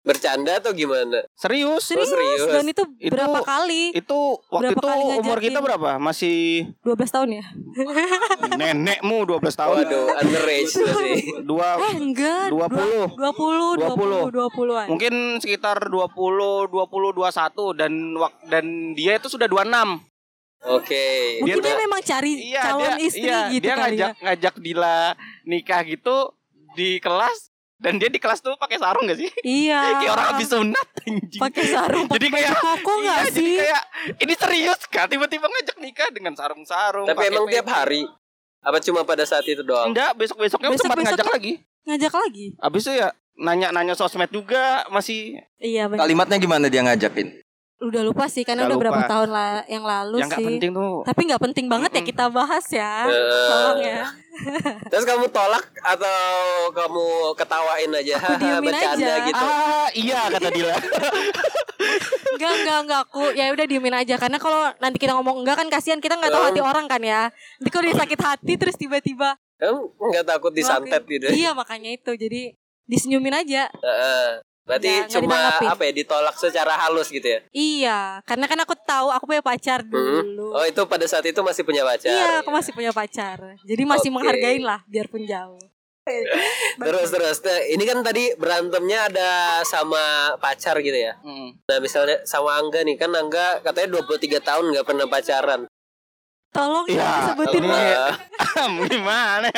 Speaker 2: bercanda atau gimana?
Speaker 3: Oh, Serius?
Speaker 1: Serius,
Speaker 2: serius?
Speaker 1: dan itu,
Speaker 3: Itu-
Speaker 1: berapa kali?
Speaker 3: Itu waktu
Speaker 1: Berapa
Speaker 3: itu
Speaker 1: kali ngajakin?
Speaker 3: umur kita berapa? Masih
Speaker 1: 12 tahun ya?
Speaker 3: nenekmu 12 tahun.
Speaker 2: Waduh, underage tuh sih.
Speaker 3: Dua
Speaker 1: Eh enggak,
Speaker 3: 20.
Speaker 1: 20, 20, 20-an.
Speaker 3: mungkin sekitar 20 20 21 dan wak- dan dia itu sudah 26.
Speaker 2: Oke.
Speaker 1: Mungkin
Speaker 3: Dia
Speaker 1: dia
Speaker 3: tuh-
Speaker 1: memang cari calon istri
Speaker 3: iya,
Speaker 1: gitu
Speaker 3: dia
Speaker 1: kali
Speaker 3: ngajak
Speaker 1: ya.
Speaker 3: ngajak Dila nikah gitu di kelas dan dia di kelas tuh pakai sarung gak sih?
Speaker 1: Iya.
Speaker 3: Kayak orang habis sunat anjing.
Speaker 1: pakai sarung,
Speaker 3: Jadi
Speaker 1: pakai
Speaker 3: kayak-
Speaker 1: baju koko nggak
Speaker 3: Iya, jadi
Speaker 1: sih?
Speaker 3: kayak ini serius kan tiba-tiba ngajak nikah dengan sarung-sarung.
Speaker 2: Tapi
Speaker 3: pakai
Speaker 2: emang
Speaker 3: peci.
Speaker 2: tiap hari? Apa cuma pada saat itu doang?
Speaker 3: Enggak, besok-besoknya sempat
Speaker 1: Besok-besoknya-
Speaker 3: ngajak lagi.
Speaker 1: Ngajak lagi.
Speaker 3: Abis itu ya nanya-nanya sosmed juga masih
Speaker 1: Iya benar.
Speaker 4: Kalimatnya gimana dia ngajakin?
Speaker 1: Udah lupa sih karena
Speaker 3: Nggak
Speaker 1: udah berapa
Speaker 3: lupa.
Speaker 1: tahun la- yang lalu
Speaker 3: yang nggak
Speaker 1: sih.
Speaker 3: penting tuh.
Speaker 1: Tapi nggak penting banget ya
Speaker 3: Mm-mm.
Speaker 1: kita bahas ya.
Speaker 2: Eh.
Speaker 1: Tolong ya.
Speaker 2: Terus kamu tolak atau kamu ketawain aja?
Speaker 1: Aku
Speaker 2: Haha,
Speaker 1: diemin
Speaker 2: bercanda
Speaker 1: aja.
Speaker 2: gitu.
Speaker 3: Ah iya kata Dila.
Speaker 1: Enggak, enggak, enggak aku. Ya udah diemin aja karena kalau nanti kita ngomong enggak kan kasihan kita nggak tahu hati orang kan ya. Nanti kalau dia sakit hati terus tiba-tiba
Speaker 2: Kamu nggak takut disantet
Speaker 1: ngelakuin-
Speaker 2: gitu?
Speaker 1: Iya makanya itu. Jadi disenyumin aja.
Speaker 2: Heeh. Berarti
Speaker 1: Iya, Nggak- nggak
Speaker 2: cuma
Speaker 1: ditanggapi.
Speaker 2: apa ya ditolak secara halus gitu ya?
Speaker 1: Iya, karena kan aku tahu aku punya pacar
Speaker 2: Hmm.
Speaker 1: dulu.
Speaker 2: Oh itu pada saat itu masih punya pacar. ya.
Speaker 1: Iya, aku masih punya pacar. Jadi masih
Speaker 2: Oke.
Speaker 1: menghargain lah biarpun jauh.
Speaker 2: Terus terus. Nah, ini kan tadi berantemnya ada sama pacar gitu ya?
Speaker 3: Hmm.
Speaker 2: Nah misalnya sama Angga nih kan Angga katanya 23 tahun nggak pernah pacaran.
Speaker 1: Tolong
Speaker 2: Iya,
Speaker 3: Ya,
Speaker 1: ya, sebutin
Speaker 3: ini-
Speaker 1: Pak.
Speaker 2: Nah,
Speaker 3: Gimana?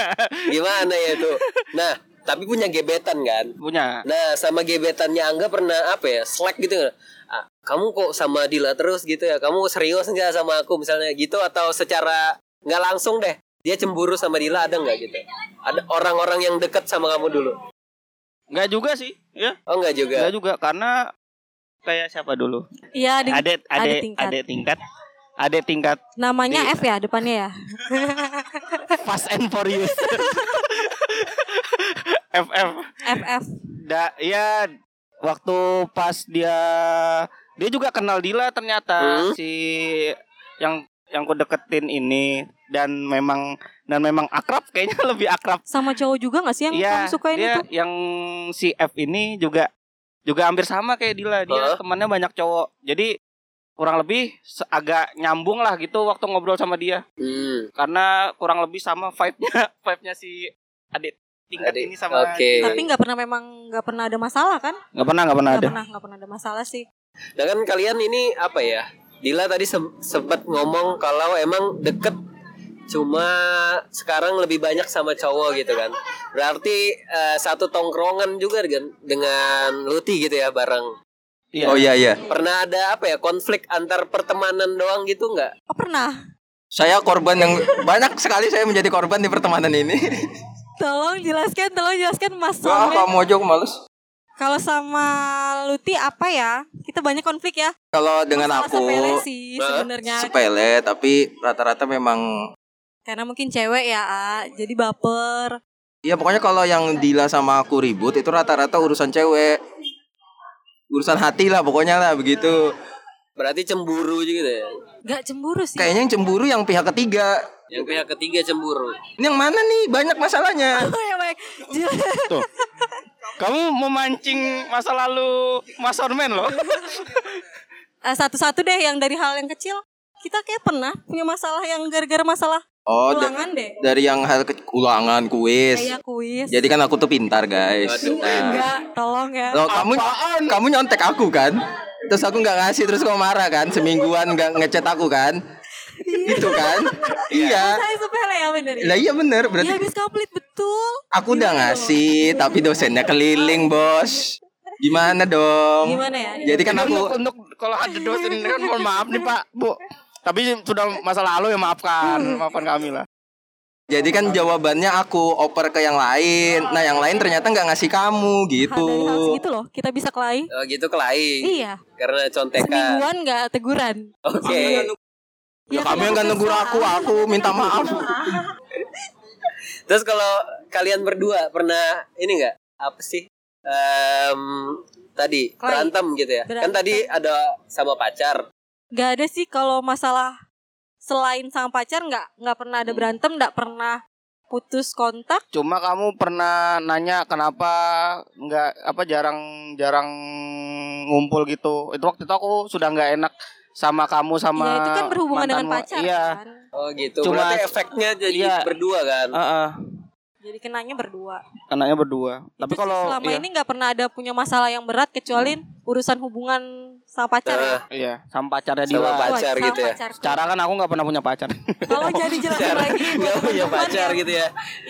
Speaker 2: gimana ya itu? Nah tapi punya gebetan kan?
Speaker 3: Punya.
Speaker 2: Nah, sama gebetannya Angga pernah apa ya? Slack gitu nggak? Ah, Kamu kok sama Dila terus gitu ya? Kamu serius nggak sama aku misalnya gitu atau secara nggak langsung deh? Dia cemburu sama Dila ada nggak gitu? Ada orang-orang yang deket sama kamu dulu?
Speaker 3: Enggak juga sih, ya.
Speaker 2: Oh nggak juga?
Speaker 3: Enggak juga karena kayak siapa dulu?
Speaker 1: Iya, di-
Speaker 3: Adik
Speaker 1: ada
Speaker 3: adik
Speaker 1: tingkat.
Speaker 3: adik tingkat. Adik tingkat
Speaker 1: namanya
Speaker 2: Iya.
Speaker 3: di-
Speaker 1: F ya depannya ya.
Speaker 3: Fast and Furious. FF.
Speaker 1: FF.
Speaker 3: Da, ya waktu pas dia dia juga kenal Dila ternyata
Speaker 2: Hmm.
Speaker 3: si yang yang ku deketin ini dan memang dan memang akrab kayaknya lebih akrab
Speaker 1: Sama cowok juga gak sih yang
Speaker 3: Iya,
Speaker 1: kamu sukain
Speaker 3: dia
Speaker 1: itu?
Speaker 3: yang si F ini juga juga hampir sama kayak Dila dia
Speaker 2: Heeh.
Speaker 3: temannya banyak cowok jadi kurang lebih se- agak nyambung lah gitu waktu ngobrol sama dia
Speaker 2: Hmm.
Speaker 3: karena kurang lebih sama vibe-nya vibe-nya si adik tingkat
Speaker 2: Adik,
Speaker 3: ini sama
Speaker 2: oke.
Speaker 3: Dila.
Speaker 1: Tapi nggak pernah memang nggak pernah ada masalah kan?
Speaker 3: nggak pernah nggak pernah
Speaker 1: Nggak
Speaker 3: ada
Speaker 1: pernah nggak pernah ada masalah sih.
Speaker 2: Nah kan kalian ini apa ya? Dila tadi sem- sempat ngomong kalau emang deket cuma sekarang lebih banyak sama cowok gitu kan. Berarti eh, satu tongkrongan juga dengan dengan Luti gitu ya bareng.
Speaker 3: Iya.
Speaker 4: Oh iya iya.
Speaker 2: Pernah ada apa ya konflik antar pertemanan doang gitu nggak?
Speaker 1: Oh, pernah.
Speaker 4: Saya korban yang banyak sekali saya menjadi korban di pertemanan ini.
Speaker 1: Tolong jelaskan, tolong jelaskan Mas
Speaker 4: Gua
Speaker 1: Soleh.
Speaker 4: apa mojok males.
Speaker 1: Kalau sama Luti apa ya? Kita banyak konflik ya.
Speaker 4: Kalau dengan
Speaker 1: Masalah
Speaker 4: aku
Speaker 1: sepele sih sebenarnya.
Speaker 4: sepele tapi rata-rata memang
Speaker 1: Karena mungkin cewek ya, A. jadi baper.
Speaker 4: Iya pokoknya kalau yang Dila sama aku ribut itu rata-rata urusan cewek. Urusan hati lah pokoknya lah begitu.
Speaker 2: Berarti cemburu juga gitu ya.
Speaker 1: Gak cemburu sih.
Speaker 4: Kayaknya yang cemburu yang pihak ketiga.
Speaker 2: Yang pihak ketiga cemburu. Eh,
Speaker 4: Ini yang mana nih? Banyak masalahnya.
Speaker 1: Oh ya baik.
Speaker 3: Tuh. Kamu memancing masa lalu Mas Ormen loh.
Speaker 1: Eh, Satu-satu deh yang dari hal yang kecil. Kita kayak pernah punya masalah yang gara-gara masalah
Speaker 4: Oh, da-
Speaker 1: ulangan deh.
Speaker 4: dari yang hal ke- ulangan kuis.
Speaker 1: Kayak Iya, kuis. Iya,
Speaker 4: Jadi kan aku tuh pintar, guys. Nah,
Speaker 1: Enggak, tolong ya.
Speaker 4: lo kamu kamu nyontek aku kan? Terus aku nggak ngasih terus kamu marah kan? Semingguan nggak ngechat aku kan? Itu kan? iya.
Speaker 1: Saya sepele ya bener ya.
Speaker 4: Lah iya bener
Speaker 1: Ya
Speaker 4: berarti
Speaker 1: habis komplit betul.
Speaker 4: Aku udah ngasih, tapi dosennya keliling, Bos. Gimana dong?
Speaker 1: Gimana ya?
Speaker 4: Jadi kan
Speaker 3: untuk,
Speaker 4: aku
Speaker 3: untuk kalau ada dosen ini kan mohon maaf nih Pak, Bu. Tapi sudah masa lalu ya maafkan,
Speaker 1: Hmm.
Speaker 3: maafkan kami lah.
Speaker 4: jadi kan jawabannya aku oper ke yang lain. Nah, yang lain ternyata nggak ngasih
Speaker 1: Hal
Speaker 4: kamu gitu.
Speaker 1: dari hal segitu loh kita bisa kelahi.
Speaker 2: Oh, gitu kelahi.
Speaker 1: Iya.
Speaker 2: Karena contekan.
Speaker 1: Semingguan nggak teguran.
Speaker 2: Oke.
Speaker 1: Ya,
Speaker 4: Kamu yang nggak
Speaker 1: kan
Speaker 4: negur aku,
Speaker 1: kesalahan.
Speaker 4: aku minta maaf.
Speaker 2: Terus kalau kalian berdua pernah ini enggak? Apa sih? Em, tadi
Speaker 1: Kelahi.
Speaker 2: berantem gitu ya. Kan
Speaker 1: Berantem.
Speaker 2: tadi ada sama pacar.
Speaker 1: Nggak ada sih kalau masalah selain sama pacar nggak nggak pernah ada berantem, nggak pernah putus kontak.
Speaker 3: Cuma kamu pernah nanya kenapa nggak apa jarang-jarang ngumpul gitu. Itu waktu itu aku sudah nggak enak sama kamu sama
Speaker 1: ya itu kan berhubungan dengan
Speaker 3: mantanmu.
Speaker 1: pacar
Speaker 3: Iya.
Speaker 1: kan.
Speaker 2: Oh gitu.
Speaker 3: Cuma-
Speaker 2: Berarti efeknya jadi
Speaker 3: Iya.
Speaker 2: berdua kan.
Speaker 3: Heeh,
Speaker 1: Jadi kenanya berdua.
Speaker 3: anaknya berdua. Tapi
Speaker 1: Itu sih,
Speaker 3: kalau
Speaker 1: selama
Speaker 3: iya,
Speaker 1: ini nggak pernah ada punya masalah yang berat kecuali urusan hubungan sama pacar. ya.
Speaker 3: iya, sama pacarnya
Speaker 2: Sama
Speaker 3: dia.
Speaker 2: pacar.
Speaker 1: Wah, sama
Speaker 2: gitu ya.
Speaker 1: pacarku.
Speaker 3: Secara kan aku nggak pernah punya pacar.
Speaker 1: Tolong jadi jelasin lagi buat
Speaker 2: Gak punya
Speaker 1: iya, teman-teman
Speaker 2: pacar
Speaker 1: yang
Speaker 2: gitu ya.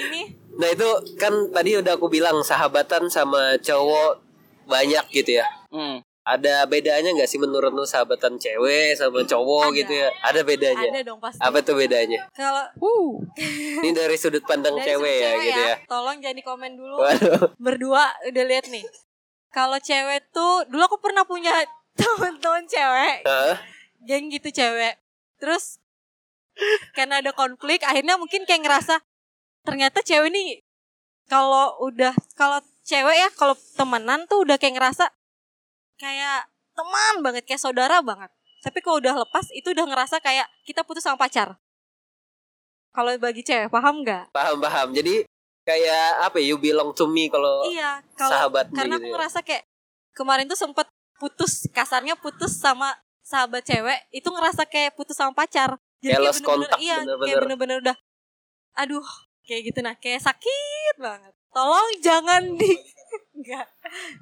Speaker 1: Ini
Speaker 2: Nah itu kan tadi udah aku bilang sahabatan sama cowok banyak gitu ya.
Speaker 3: Hmm.
Speaker 2: Ada bedanya nggak sih menurut lu sahabatan cewek sama cowok
Speaker 1: Ada.
Speaker 2: gitu ya? Ada bedanya.
Speaker 1: ada dong pasti.
Speaker 2: Apa tuh bedanya?
Speaker 1: Kalau
Speaker 2: Ini dari sudut pandang
Speaker 1: dari
Speaker 2: cewek
Speaker 1: sudut
Speaker 2: ya
Speaker 1: cewek
Speaker 2: gitu ya.
Speaker 1: Tolong jangan di komen dulu.
Speaker 2: Waduh.
Speaker 1: Berdua udah lihat nih. Kalau cewek tuh dulu aku pernah punya teman-teman cewek,
Speaker 2: Hah?
Speaker 1: geng gitu cewek. Terus karena ada konflik akhirnya mungkin kayak ngerasa ternyata cewek nih kalau udah kalau cewek ya kalau temenan tuh udah kayak ngerasa kayak teman banget kayak saudara banget tapi kalau udah lepas itu udah ngerasa kayak kita putus sama pacar kalau bagi cewek paham nggak
Speaker 2: Paham paham. Jadi kayak apa? ya, You belong to me kalau
Speaker 1: iya kalau
Speaker 2: sahabat
Speaker 1: karena
Speaker 2: gitu
Speaker 1: aku
Speaker 2: ya.
Speaker 1: ngerasa kayak kemarin tuh sempet putus kasarnya putus sama sahabat cewek itu ngerasa kayak putus sama pacar jadi
Speaker 2: Kayak
Speaker 1: kayak
Speaker 2: lost
Speaker 1: bener-bener
Speaker 2: contact,
Speaker 1: iya kayak
Speaker 2: bener-bener.
Speaker 1: bener-bener udah aduh kayak gitu nah kayak sakit banget tolong jangan di nggak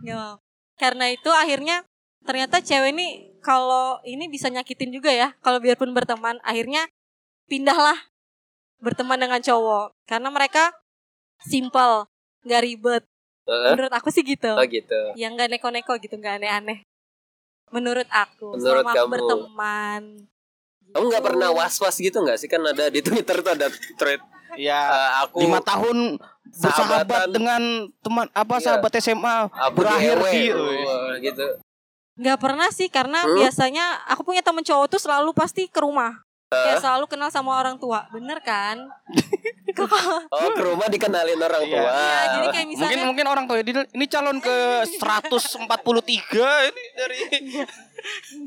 Speaker 1: nggak mau. karena itu akhirnya ternyata cewek ini kalau ini bisa nyakitin juga ya kalau biarpun berteman akhirnya pindahlah berteman dengan cowok karena mereka simple nggak ribet
Speaker 2: Hah?
Speaker 1: menurut aku sih gitu
Speaker 2: Oh gitu.
Speaker 1: yang nggak neko-neko gitu nggak aneh-aneh menurut aku
Speaker 2: Menurut
Speaker 1: selama aku
Speaker 2: kamu.
Speaker 1: berteman
Speaker 2: Kamu nggak
Speaker 1: Gitu.
Speaker 2: pernah was was gitu nggak sih? Kan ada di Twitter tuh ada thread
Speaker 3: Iya.
Speaker 2: eh, aku
Speaker 3: lima tahun bersahabat
Speaker 2: Sahabatan.
Speaker 3: dengan teman apa
Speaker 2: Iya.
Speaker 3: sahabat SMA
Speaker 2: aku
Speaker 3: berakhir
Speaker 2: di,
Speaker 3: di
Speaker 2: EW. Wah, gitu.
Speaker 1: nggak pernah sih karena
Speaker 2: Hmm?
Speaker 1: biasanya aku punya temen cowok tuh selalu pasti ke rumah kayak selalu kenal sama orang tua bener kan
Speaker 2: Oh, ke rumah dikenalin orang
Speaker 3: Iya.
Speaker 2: tua.
Speaker 1: Iya, jadi kayak
Speaker 3: mungkin
Speaker 1: misalnya
Speaker 3: mungkin orang tua Didel, ini calon ke 143 ini dari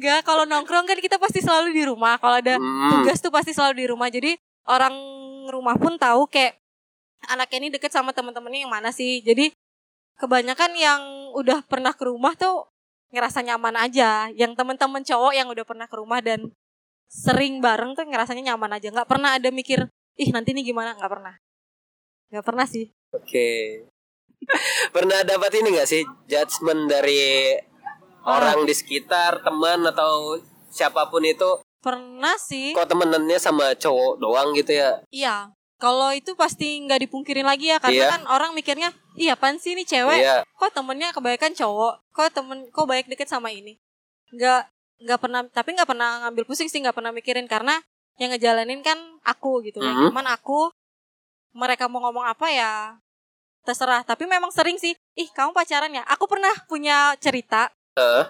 Speaker 1: nggak kalau nongkrong kan kita pasti selalu di rumah kalau ada
Speaker 2: Hmm.
Speaker 1: tugas tuh pasti selalu di rumah jadi orang rumah pun tahu kayak anaknya ini deket sama teman-temannya yang mana sih jadi kebanyakan yang udah pernah ke rumah tuh ngerasa nyaman aja yang teman-teman cowok yang udah pernah ke rumah dan sering bareng tuh ngerasanya nyaman aja nggak pernah ada mikir ih nanti ini gimana nggak pernah nggak pernah sih
Speaker 2: Oke. Pernah dapat ini gak sih judgement dari
Speaker 1: Oh.
Speaker 2: orang di sekitar, teman atau siapapun itu
Speaker 1: pernah sih
Speaker 2: kok temenannya sama cowok doang gitu ya?
Speaker 1: iya kalau itu pasti nggak dipungkirin lagi ya karena
Speaker 2: Iya.
Speaker 1: kan orang mikirnya iya apaan sih ini cewek
Speaker 2: Iya.
Speaker 1: kok temennya kebanyakan cowok kok temen kok banyak deket sama ini nggak nggak pernah tapi nggak pernah ngambil pusing sih nggak pernah mikirin karena yang ngejalanin kan aku gitu
Speaker 2: Mhm.
Speaker 1: cuman aku mereka mau ngomong apa ya terserah tapi memang sering sih ih kamu pacaran ya aku pernah punya cerita
Speaker 2: Heeh.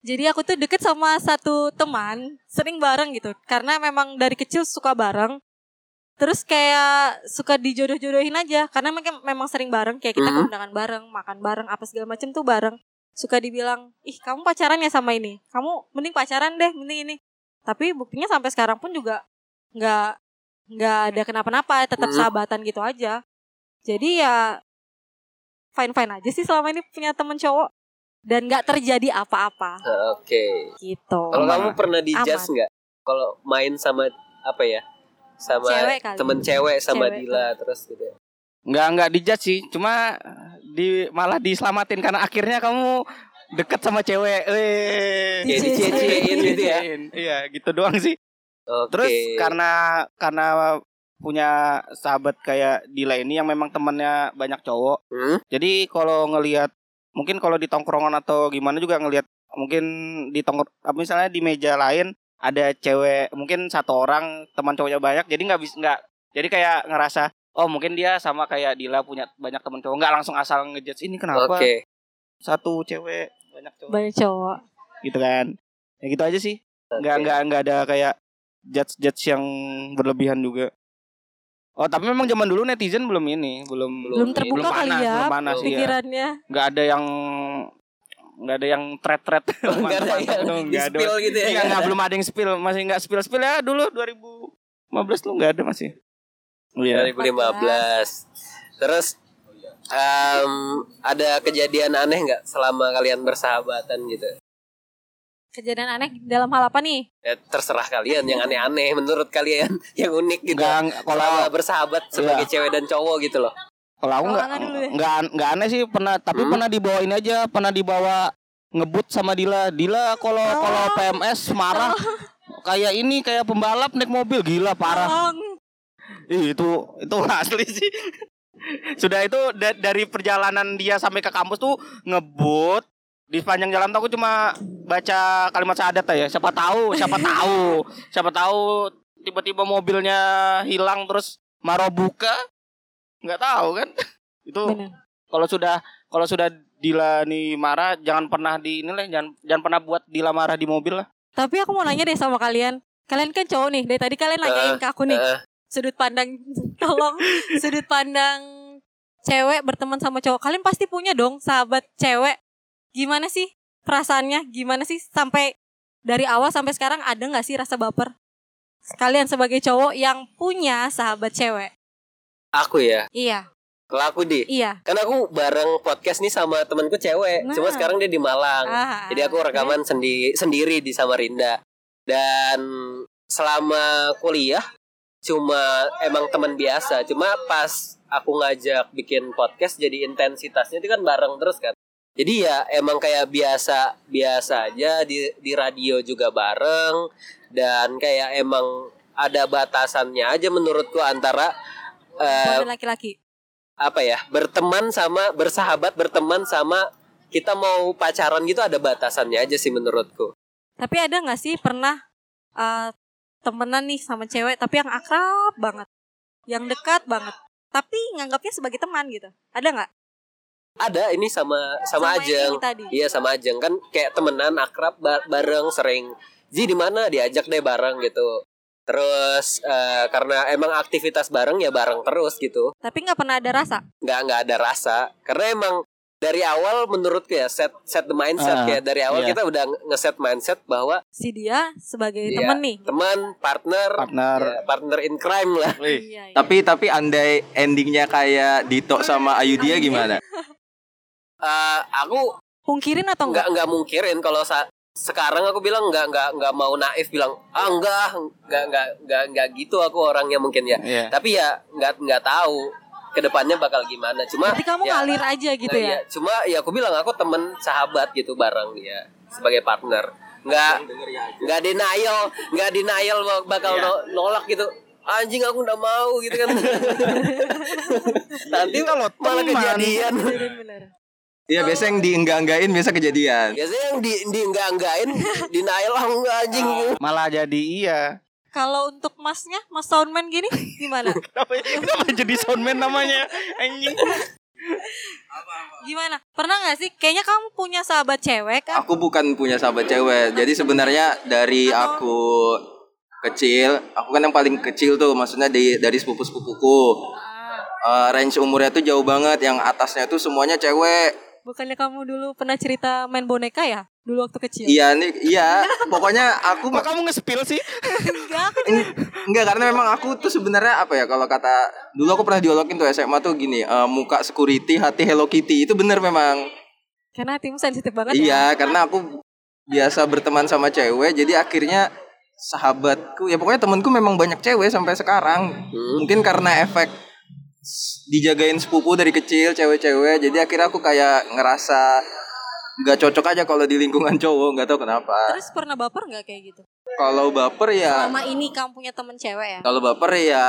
Speaker 1: jadi aku tuh deket sama satu teman sering bareng gitu karena memang dari kecil suka bareng terus kayak suka dijodoh-jodohin aja karena memang memang sering bareng kayak kita
Speaker 2: Mhm.
Speaker 1: kondangan bareng makan bareng apa segala macem tuh bareng suka dibilang ih kamu pacaran ya sama ini kamu mending pacaran deh mending ini tapi buktinya sampai sekarang pun juga nggak nggak ada kenapa-napa tetap
Speaker 2: Mhm.
Speaker 1: sahabatan gitu aja jadi ya fine fine aja sih selama ini punya temen cowok dan nggak terjadi apa-apa
Speaker 2: Oke.
Speaker 1: gitu
Speaker 2: Kalau kamu
Speaker 3: Aman.
Speaker 2: pernah dijudge
Speaker 1: Aman.
Speaker 2: nggak? Kalau main sama apa ya? Sama
Speaker 1: Cewek kali.
Speaker 2: temen cewek sama
Speaker 1: Cewek
Speaker 2: Dila terus gitu. ya.
Speaker 3: Nggak nggak dijat sih, cuma di malah diselamatin karena akhirnya kamu deket sama cewek. Eh.
Speaker 2: Ya
Speaker 1: Dicie-
Speaker 2: dicie-ciein gitu ya.
Speaker 3: Iya, gitu doang sih.
Speaker 2: Oke.
Speaker 3: Terus karena karena punya sahabat kayak Dila ini yang memang temannya banyak cowok.
Speaker 2: Hmm?
Speaker 3: Jadi kalau ngelihat mungkin kalau di tongkrongan atau gimana juga ngelihat mungkin di tongkrong apa misalnya di meja lain ada cewek mungkin satu orang teman cowoknya banyak jadi nggak bisa nggak jadi kayak ngerasa oh mungkin dia sama kayak Dila punya banyak teman cowok nggak langsung asal ngejudge ini
Speaker 2: Oke.
Speaker 3: kenapa satu cewek banyak cowok
Speaker 1: banyak cowok
Speaker 3: gitu kan ya gitu aja sih nggak
Speaker 2: Oke.
Speaker 3: nggak nggak ada kayak judge judge yang berlebihan juga oh tapi memang zaman dulu netizen belum ini belum
Speaker 1: belum terbuka kali
Speaker 3: panas,
Speaker 1: ya
Speaker 3: belum panas iya.
Speaker 1: pikirannya
Speaker 3: nggak ada yang nggak ada yang thread thread
Speaker 2: Nggak ada yang
Speaker 3: nggak
Speaker 2: ya,
Speaker 3: ada
Speaker 2: di-spill gitu ya.
Speaker 3: iya nggak belum ada yang spill masih nggak spill spill ya dulu 2015 tuh nggak ada masih
Speaker 2: Oh,
Speaker 3: iya
Speaker 2: 2015. Terus em, ada kejadian aneh nggak selama kalian bersahabatan gitu?
Speaker 1: kejadian aneh dalam hal apa nih
Speaker 2: Ya, terserah kalian yang aneh-aneh menurut kalian yang unik gitu.
Speaker 3: nggak
Speaker 2: Selama
Speaker 3: kalau
Speaker 2: bersahabat sebagai cewek dan cowok gitu loh.
Speaker 3: kalau aku nggak
Speaker 1: Kalau nggak dulu ya.
Speaker 3: nggak nggak aneh sih pernah tapi
Speaker 2: Hmm?
Speaker 3: pernah dibawa ini aja pernah dibawa ngebut sama Dila Dila kalau
Speaker 1: Tolong.
Speaker 3: kalau PMS marah
Speaker 1: Oh.
Speaker 3: kayak ini kayak pembalap naik mobil gila parah
Speaker 1: Tolong.
Speaker 3: Ih, itu itu asli sih. Sudah itu da- dari perjalanan dia sampai ke kampus tuh ngebut di sepanjang jalan tuh aku cuma baca kalimat syahadat ya. Siapa tahu, siapa tahu, siapa tahu tiba-tiba mobilnya hilang terus marobuka nggak tahu kan? Itu
Speaker 1: Bener.
Speaker 3: kalau sudah kalau sudah Dila nih marah jangan pernah di ini lah, jangan jangan pernah buat Dila marah di mobil lah.
Speaker 1: Tapi aku mau nanya deh sama kalian. Kalian kan cowok nih. Dari tadi kalian
Speaker 2: Eh,
Speaker 1: nanyain ke aku nih.
Speaker 2: Heeh.
Speaker 1: Sudut pandang tolong sudut pandang cewek berteman sama cowok. Kalian pasti punya dong sahabat cewek. Gimana sih perasaannya? Gimana sih sampai dari awal sampai sekarang ada nggak sih rasa baper? Kalian sebagai cowok yang punya sahabat cewek.
Speaker 2: aku ya,
Speaker 1: Iya,
Speaker 2: kalau aku di
Speaker 1: iya.
Speaker 2: Kan aku bareng podcast nih sama temanku cewek.
Speaker 1: Nah.
Speaker 2: Cuma sekarang dia di Malang.
Speaker 1: Ah,
Speaker 2: Jadi aku rekaman sendi- sendiri di Samarinda. Dan selama kuliah cuma emang teman biasa. Cuma pas aku ngajak bikin podcast jadi intensitasnya itu kan bareng terus kan. Jadi ya emang kayak biasa biasa aja di di radio juga bareng dan kayak emang ada batasannya aja menurutku antara eh,
Speaker 1: Bonding laki-laki.
Speaker 2: apa ya berteman sama bersahabat berteman sama kita mau pacaran gitu ada batasannya aja sih menurutku
Speaker 1: Tapi ada nggak sih pernah eh, temenan nih sama cewek tapi yang akrab banget, yang dekat banget, tapi nganggapnya sebagai teman gitu? Ada nggak?
Speaker 2: ada ini sama
Speaker 1: yang
Speaker 2: sama, Ajeng
Speaker 1: ini tadi.
Speaker 2: iya sama Ajeng kan kayak temenan akrab ba- bareng sering Ji di mana diajak deh bareng gitu terus eh, karena emang aktivitas bareng ya bareng terus gitu
Speaker 1: Tapi nggak pernah ada rasa.
Speaker 2: nggak nggak ada rasa karena emang dari awal menurutku ya set set the mindset
Speaker 3: Ah,
Speaker 2: ya dari awal
Speaker 3: iya.
Speaker 2: kita udah ngeset mindset bahwa
Speaker 1: Si dia sebagai
Speaker 2: Iya.
Speaker 1: temen nih.
Speaker 2: teman partner
Speaker 3: Partner.
Speaker 2: ya, partner in crime lah
Speaker 3: Wih.
Speaker 1: Iya, iya.
Speaker 4: Tapi tapi andai endingnya kayak Dito sama Ayudhya gimana?
Speaker 2: Eh, aku
Speaker 1: pungkirin atau
Speaker 2: nggak
Speaker 1: enggak?
Speaker 2: nggak mungkirin kalau sa- sekarang aku bilang nggak nggak nggak mau naif bilang ah enggak nggak nggak nggak nggak gitu aku orangnya mungkin ya
Speaker 3: Iya.
Speaker 2: tapi ya nggak nggak tahu kedepannya bakal gimana cuma
Speaker 1: Berarti kamu
Speaker 2: ya,
Speaker 1: ngalir aja gitu
Speaker 2: nah,
Speaker 1: ya.
Speaker 2: iya. cuma ya aku bilang aku temen sahabat gitu bareng dia sebagai partner nggak nggak denial nggak denial bak- bakal no- nolak gitu anjing aku nggak mau gitu kan nanti
Speaker 3: Kalau
Speaker 2: malah
Speaker 3: teman.
Speaker 2: kejadian
Speaker 1: Bener-bener.
Speaker 4: Iya biasanya yang dienggak-enggakin biasa kejadian.
Speaker 2: biasanya yang di di enggak enggakin denial ah enggak anjing
Speaker 3: Malah jadi iya.
Speaker 1: Kalau untuk masnya, mas soundman gini gimana?
Speaker 3: Kenapa, kenapa jadi soundman namanya? Anjing.
Speaker 1: Gimana? Pernah nggak sih? Kayaknya kamu punya sahabat cewek kan?
Speaker 2: Ah.
Speaker 4: Aku bukan punya sahabat cewek. Jadi sebenarnya dari
Speaker 1: Atau-
Speaker 4: aku kecil, aku kan yang paling kecil tuh, maksudnya di, dari sepupu-sepupuku.
Speaker 1: Ah,
Speaker 4: Eh, range umurnya tuh jauh banget, yang atasnya tuh semuanya cewek.
Speaker 1: bukannya kamu dulu pernah cerita main boneka ya? Dulu waktu kecil.
Speaker 4: Iya nih, iya. Pokoknya aku
Speaker 3: Kok kamu nge-spill sih?
Speaker 1: Enggak, aku
Speaker 4: Enggak karena memang aku tuh sebenarnya apa ya kalau kata dulu aku pernah diolokin tuh SMA tuh gini eh, muka security hati Hello Kitty itu bener memang
Speaker 1: Karena hatimu sensitif banget ya.
Speaker 4: iya karena aku biasa berteman sama cewek jadi akhirnya sahabatku ya pokoknya temanku memang banyak cewek sampai sekarang
Speaker 1: Hmm.
Speaker 4: mungkin karena efek s- dijagain sepupu dari kecil cewek-cewek jadi akhirnya aku kayak ngerasa nggak cocok aja kalau di lingkungan cowok nggak tahu kenapa
Speaker 1: Terus pernah baper nggak kayak gitu?
Speaker 4: kalau baper
Speaker 2: Ah.
Speaker 4: ya
Speaker 1: Selama ini kamu punya temen cewek ya?
Speaker 4: kalau baper ya
Speaker 1: ya?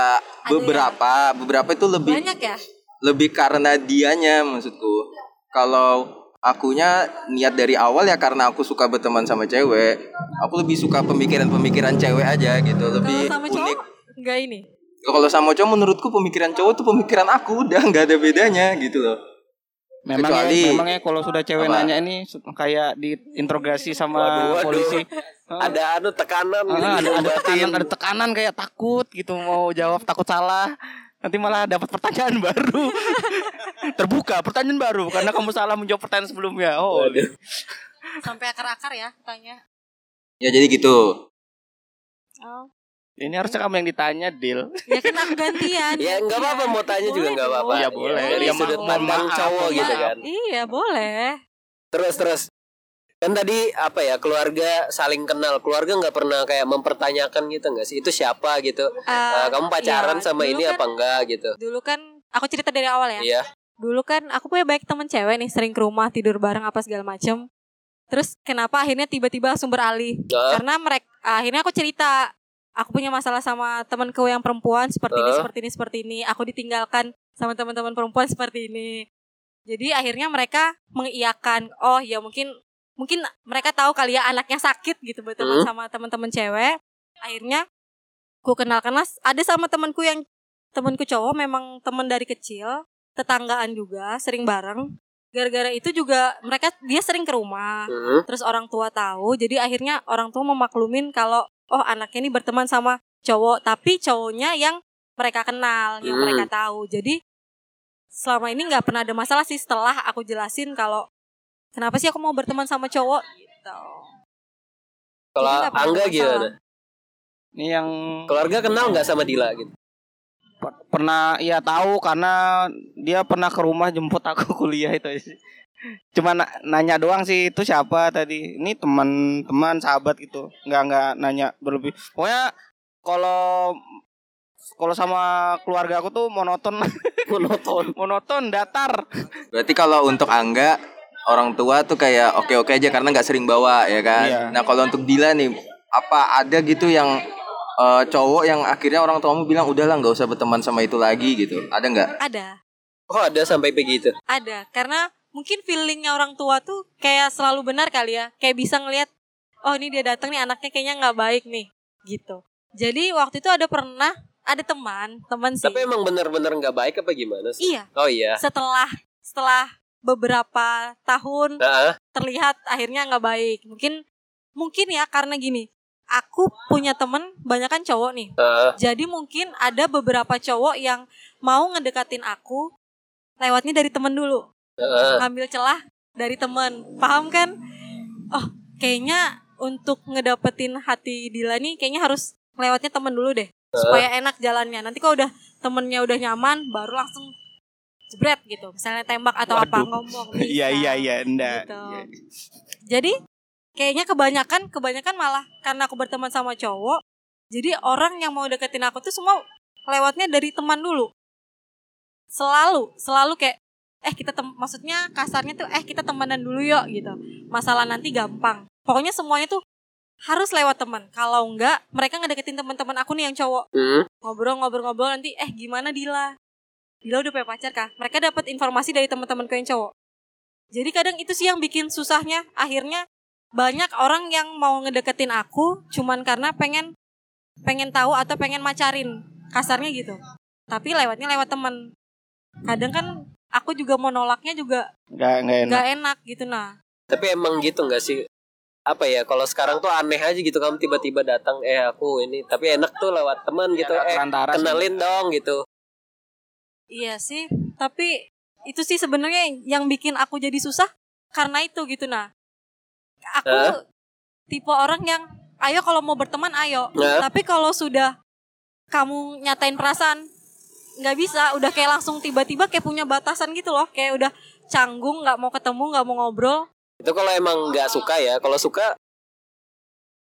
Speaker 4: beberapa beberapa itu lebih
Speaker 1: Banyak ya?
Speaker 4: lebih karena dianya maksudku kalau akunya niat dari awal ya karena aku suka berteman sama cewek aku lebih suka pemikiran-pemikiran cewek aja gitu
Speaker 1: Kalau
Speaker 4: lebih
Speaker 1: sama
Speaker 4: unik
Speaker 1: cowok enggak ini.
Speaker 4: kalau sama cowok menurutku pemikiran cowok tuh pemikiran aku udah nggak ada bedanya gitu loh
Speaker 3: Memangnya,
Speaker 4: Kecuali-
Speaker 3: memangnya kalau sudah cewek
Speaker 4: Apa?
Speaker 3: nanya ini su- kayak diinterogasi sama
Speaker 2: Waduh, waduh.
Speaker 3: polisi.
Speaker 2: Ada anu tekanan gitu,
Speaker 3: Ah, ada, ada
Speaker 2: diobatin.
Speaker 3: tekanan, ada tekanan kayak takut gitu mau jawab takut salah. Nanti malah dapat pertanyaan baru. Terbuka pertanyaan baru karena kamu salah menjawab pertanyaan sebelumnya. Oh.
Speaker 2: Waduh.
Speaker 1: Sampai akar-akar ya tanya.
Speaker 4: ya jadi gitu
Speaker 1: Oh.
Speaker 3: Ini harusnya kamu yang ditanya, Dil.
Speaker 1: Ya kan aku gantian. Iya.
Speaker 2: Ya nggak apa-apa mau tanya
Speaker 1: Boleh
Speaker 2: juga nggak apa-apa.
Speaker 1: dong.
Speaker 3: Iya, boleh.
Speaker 2: Dari
Speaker 3: Ya,
Speaker 2: sudut
Speaker 3: mohon
Speaker 2: pandang
Speaker 3: maaf,
Speaker 2: cowok
Speaker 3: mohon
Speaker 2: gitu
Speaker 3: maaf.
Speaker 2: kan.
Speaker 1: Iya, boleh.
Speaker 2: Terus terus. Kan tadi apa ya keluarga saling kenal. Keluarga nggak pernah kayak mempertanyakan gitu nggak sih? Itu siapa gitu? Eh,
Speaker 1: Eh,
Speaker 2: kamu pacaran
Speaker 1: iya,
Speaker 2: sama
Speaker 1: dulu
Speaker 2: ini
Speaker 1: kan-
Speaker 2: apa enggak gitu?
Speaker 1: dulu kan aku cerita dari awal ya.
Speaker 2: Iya.
Speaker 1: Dulu kan aku punya banyak temen cewek nih sering ke rumah tidur bareng apa segala macem. Terus kenapa akhirnya tiba-tiba langsung beralih?
Speaker 2: Ah,
Speaker 1: Karena mereka akhirnya aku cerita aku punya masalah sama temanku yang perempuan seperti ini
Speaker 2: Eh?
Speaker 1: seperti ini seperti ini. Aku ditinggalkan sama teman-teman perempuan seperti ini. Jadi akhirnya mereka mengiyakan. Oh ya mungkin mungkin mereka tahu kali ya anaknya sakit gitu berteman
Speaker 2: Hmm.
Speaker 1: sama teman-teman cewek. Akhirnya ku kenalkanlah ada sama temanku yang temanku cowok memang teman dari kecil tetanggaan juga sering bareng gara-gara itu juga mereka dia sering ke rumah
Speaker 2: mhm.
Speaker 1: terus orang tua tahu jadi akhirnya orang tua memaklumin kalau oh anaknya ini berteman sama cowok tapi cowoknya yang mereka kenal yang
Speaker 2: Hmm.
Speaker 1: mereka tahu jadi selama ini nggak pernah ada masalah sih setelah aku jelasin kalau kenapa sih aku mau berteman sama cowok gitu
Speaker 2: Kalau
Speaker 1: Jadi Iya, nggak pernah
Speaker 2: Angga
Speaker 1: ada
Speaker 2: gimana?
Speaker 1: masalah.
Speaker 3: Ini yang
Speaker 2: Keluarga kenal nggak sama Dila gitu?
Speaker 3: per- pernah ya tahu karena dia pernah ke rumah jemput aku kuliah itu aja sih. Cuma na- nanya doang sih itu siapa tadi. Ini teman-teman sahabat gitu. Nggak nggak nanya berlebih. Pokoknya kalau kalau sama keluarga aku tuh monoton
Speaker 2: Monoton.
Speaker 3: monoton datar
Speaker 4: berarti kalau untuk Angga orang tua tuh kayak oke oke aja karena nggak sering bawa ya kan
Speaker 3: Iya.
Speaker 4: nah kalau untuk Dila nih apa ada gitu yang eh, cowok yang akhirnya orang tuamu bilang udahlah nggak usah berteman sama itu lagi gitu ada nggak
Speaker 1: ada
Speaker 2: Oh ada sampai begitu.
Speaker 1: ada karena mungkin feelingnya orang tua tuh kayak selalu benar kali ya kayak bisa ngelihat oh ini dia datang nih anaknya kayaknya nggak baik nih gitu jadi waktu itu ada pernah ada teman teman sih
Speaker 2: Tapi emang bener-bener nggak baik apa gimana sih?
Speaker 1: iya
Speaker 2: Oh iya.
Speaker 1: setelah setelah beberapa tahun
Speaker 2: Heeh.
Speaker 1: terlihat akhirnya nggak baik mungkin mungkin ya karena gini aku punya temen banyak kan cowok nih
Speaker 2: heeh.
Speaker 1: jadi mungkin ada beberapa cowok yang mau ngedekatin aku lewatnya dari temen dulu
Speaker 3: Eh.
Speaker 2: heeh.
Speaker 1: ngambil celah dari temen paham kan oh kayaknya untuk ngedapetin hati Dila nih kayaknya harus lewatnya temen dulu
Speaker 3: Eh.
Speaker 1: deh supaya enak jalannya nanti kalau udah temennya udah nyaman baru langsung jebret gitu misalnya tembak atau apa
Speaker 3: Waduh.
Speaker 1: ngomong
Speaker 3: Iya
Speaker 1: bisa.
Speaker 3: iya iya enggak.
Speaker 1: Gitu. jadi kayaknya kebanyakan kebanyakan malah karena aku berteman sama cowok jadi orang yang mau deketin aku tuh semua lewatnya dari teman dulu selalu selalu kayak eh kita tem maksudnya kasarnya tuh eh kita temenan dulu yuk gitu masalah nanti gampang pokoknya semuanya tuh harus lewat teman kalau enggak mereka ngedeketin teman-teman aku nih yang cowok
Speaker 2: Hmm.
Speaker 1: ngobrol-ngobrol-ngobrol nanti eh gimana Dila Dila udah punya pacar kah mereka dapat informasi dari teman-temanku yang cowok jadi kadang itu sih yang bikin susahnya akhirnya banyak orang yang mau ngedeketin aku cuman karena pengen pengen tahu atau pengen macarin kasarnya gitu tapi lewatnya lewat teman kadang kan aku juga mau nolaknya juga
Speaker 3: nggak nggak enak
Speaker 1: nggak enak gitu nah
Speaker 2: Tapi emang gitu nggak sih? Apa ya? Kalau sekarang tuh aneh aja gitu kamu tiba-tiba datang, eh aku ini. Tapi enak tuh lewat teman gitu.
Speaker 3: Nggak
Speaker 2: Eh
Speaker 3: terantara sih.
Speaker 2: kenalin dong gitu.
Speaker 1: iya sih tapi itu sih sebenarnya yang bikin aku jadi susah karena itu gitu nah aku
Speaker 2: Hah?
Speaker 1: tipe orang yang ayo kalau mau berteman ayo
Speaker 2: Yap.
Speaker 1: tapi kalau sudah kamu nyatain perasaan nggak bisa udah kayak langsung tiba-tiba kayak punya batasan gitu loh kayak udah canggung nggak mau ketemu nggak mau ngobrol
Speaker 2: Itu kalau emang nggak suka ya. Kalau suka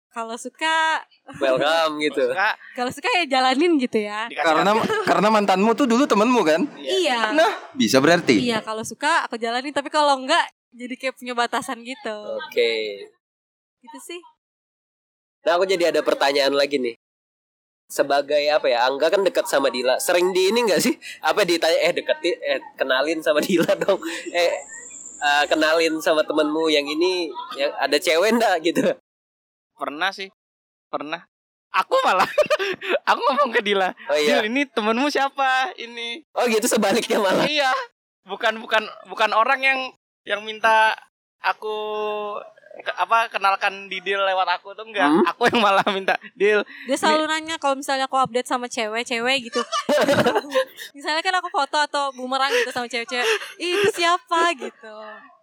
Speaker 1: kalau suka
Speaker 2: welcome gitu.
Speaker 3: Suka
Speaker 1: kalau suka ya jalanin gitu ya
Speaker 3: dikasih
Speaker 4: Karena karena mantanmu tuh dulu temenmu kan?
Speaker 1: iya
Speaker 4: Nah, bisa berarti.
Speaker 1: Iya kalau suka aku jalanin tapi kalau enggak jadi kayak punya batasan gitu.
Speaker 2: Oke.
Speaker 1: Gitu sih.
Speaker 2: Nah aku jadi ada pertanyaan lagi nih. Sebagai apa ya? Angga kan dekat sama Dila. Sering di ini enggak sih? Apa ditanya eh deketin eh kenalin sama Dila dong. Eh eh, kenalin sama temenmu yang ini yang ada cewek enggak gitu.
Speaker 3: pernah sih pernah aku malah aku ngomong ke Dila
Speaker 2: Oh iya.
Speaker 3: Dil ini temenmu siapa ini
Speaker 2: Oh gitu sebaliknya malah.
Speaker 3: iya bukan bukan bukan orang yang yang minta aku ke- apa kenalkan Didil lewat aku tuh enggak
Speaker 2: Hmm?
Speaker 3: aku yang malah minta Dil
Speaker 1: Dia selalu nanya kalau misalnya aku update sama cewek-cewek gitu. misalnya kan aku foto atau bumerang gitu sama cewek-cewek. Ih, itu siapa gitu.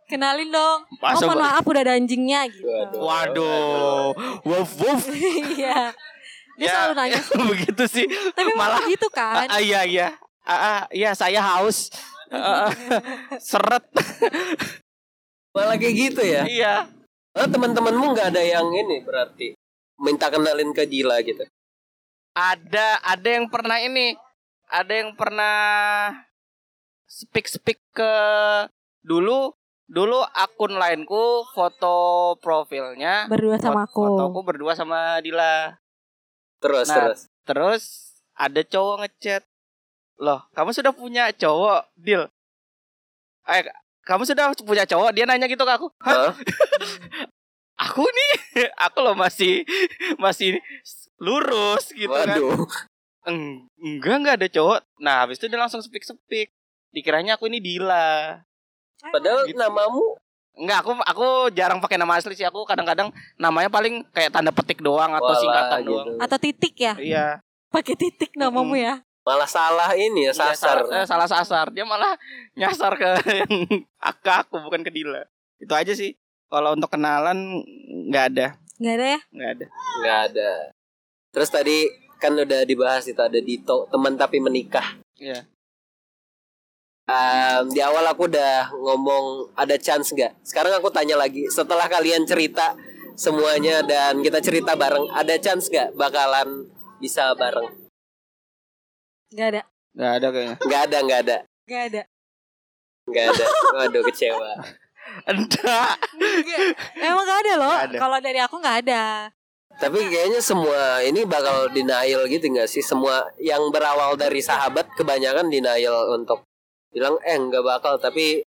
Speaker 1: Kenalin dong. Oh,
Speaker 3: Masa,
Speaker 1: mohon
Speaker 3: Mbak?
Speaker 1: maaf udah ada anjingnya gitu.
Speaker 3: waduh woof woof
Speaker 1: Iya. Dia
Speaker 3: Ya,
Speaker 1: selalu nanya.
Speaker 3: begitu sih
Speaker 1: Tapi malah
Speaker 3: malah
Speaker 1: gitu kan.
Speaker 3: Ah, ah, iya iya. Ah, ah, iya saya haus. Ah, ah, seret.
Speaker 2: Malah kayak gitu ya.
Speaker 3: iya.
Speaker 2: Oh, teman-temanmu nggak ada yang ini berarti minta kenalin ke Dila gitu.
Speaker 3: Ada ada yang pernah ini. Ada yang pernah speak speak ke dulu dulu akun lainku foto profilnya
Speaker 1: Berdua sama
Speaker 3: fot- Fotoku
Speaker 1: aku.
Speaker 3: berdua sama Dila.
Speaker 2: Terus
Speaker 3: Nah.
Speaker 2: terus.
Speaker 3: Terus ada cowok ngechat. Loh, kamu sudah punya cowok, Dil? Eh, kamu sudah punya cowok? Dia nanya gitu ke aku. Hah?
Speaker 2: Hah?
Speaker 3: aku nih aku loh masih masih lurus gitu kan
Speaker 2: Waduh.
Speaker 3: Eng- enggak enggak ada cowok nah habis itu dia langsung sepik sepik dikiranya aku ini Dila
Speaker 2: Padahal
Speaker 3: Gitu.
Speaker 2: namamu
Speaker 3: enggak aku aku jarang pakai nama asli sih aku kadang-kadang namanya paling kayak tanda petik doang atau
Speaker 2: Walah,
Speaker 3: singkatan
Speaker 2: gitu.
Speaker 3: doang
Speaker 1: Atau titik ya?
Speaker 3: iya
Speaker 1: Pakai titik namamu ya.
Speaker 2: Malah salah ini ya
Speaker 3: Iya,
Speaker 2: sasar.
Speaker 3: salah, eh, salah sasar dia malah nyasar ke yang ke aku bukan ke Dila itu aja sih kalau untuk kenalan nggak ada
Speaker 1: Enggak ada ya?
Speaker 3: nggak ada
Speaker 2: nggak ada terus tadi kan udah dibahas itu ada Dito teman tapi menikah
Speaker 3: Iya.
Speaker 2: Em, di awal aku udah ngomong ada chance nggak sekarang aku tanya lagi setelah kalian cerita semuanya dan kita cerita bareng ada chance nggak bakalan bisa bareng
Speaker 1: Enggak ada.
Speaker 3: nggak ada kayaknya
Speaker 2: nggak ada nggak ada
Speaker 1: Enggak ada.
Speaker 2: nggak ada waduh kecewa
Speaker 3: enggak
Speaker 1: Emang gak ada loh.
Speaker 3: Nggak ada.
Speaker 1: Kalau dari aku gak ada.
Speaker 2: tapi kayaknya semua ini bakal denial gitu nggak sih semua yang berawal dari sahabat kebanyakan denial untuk bilang eh nggak bakal tapi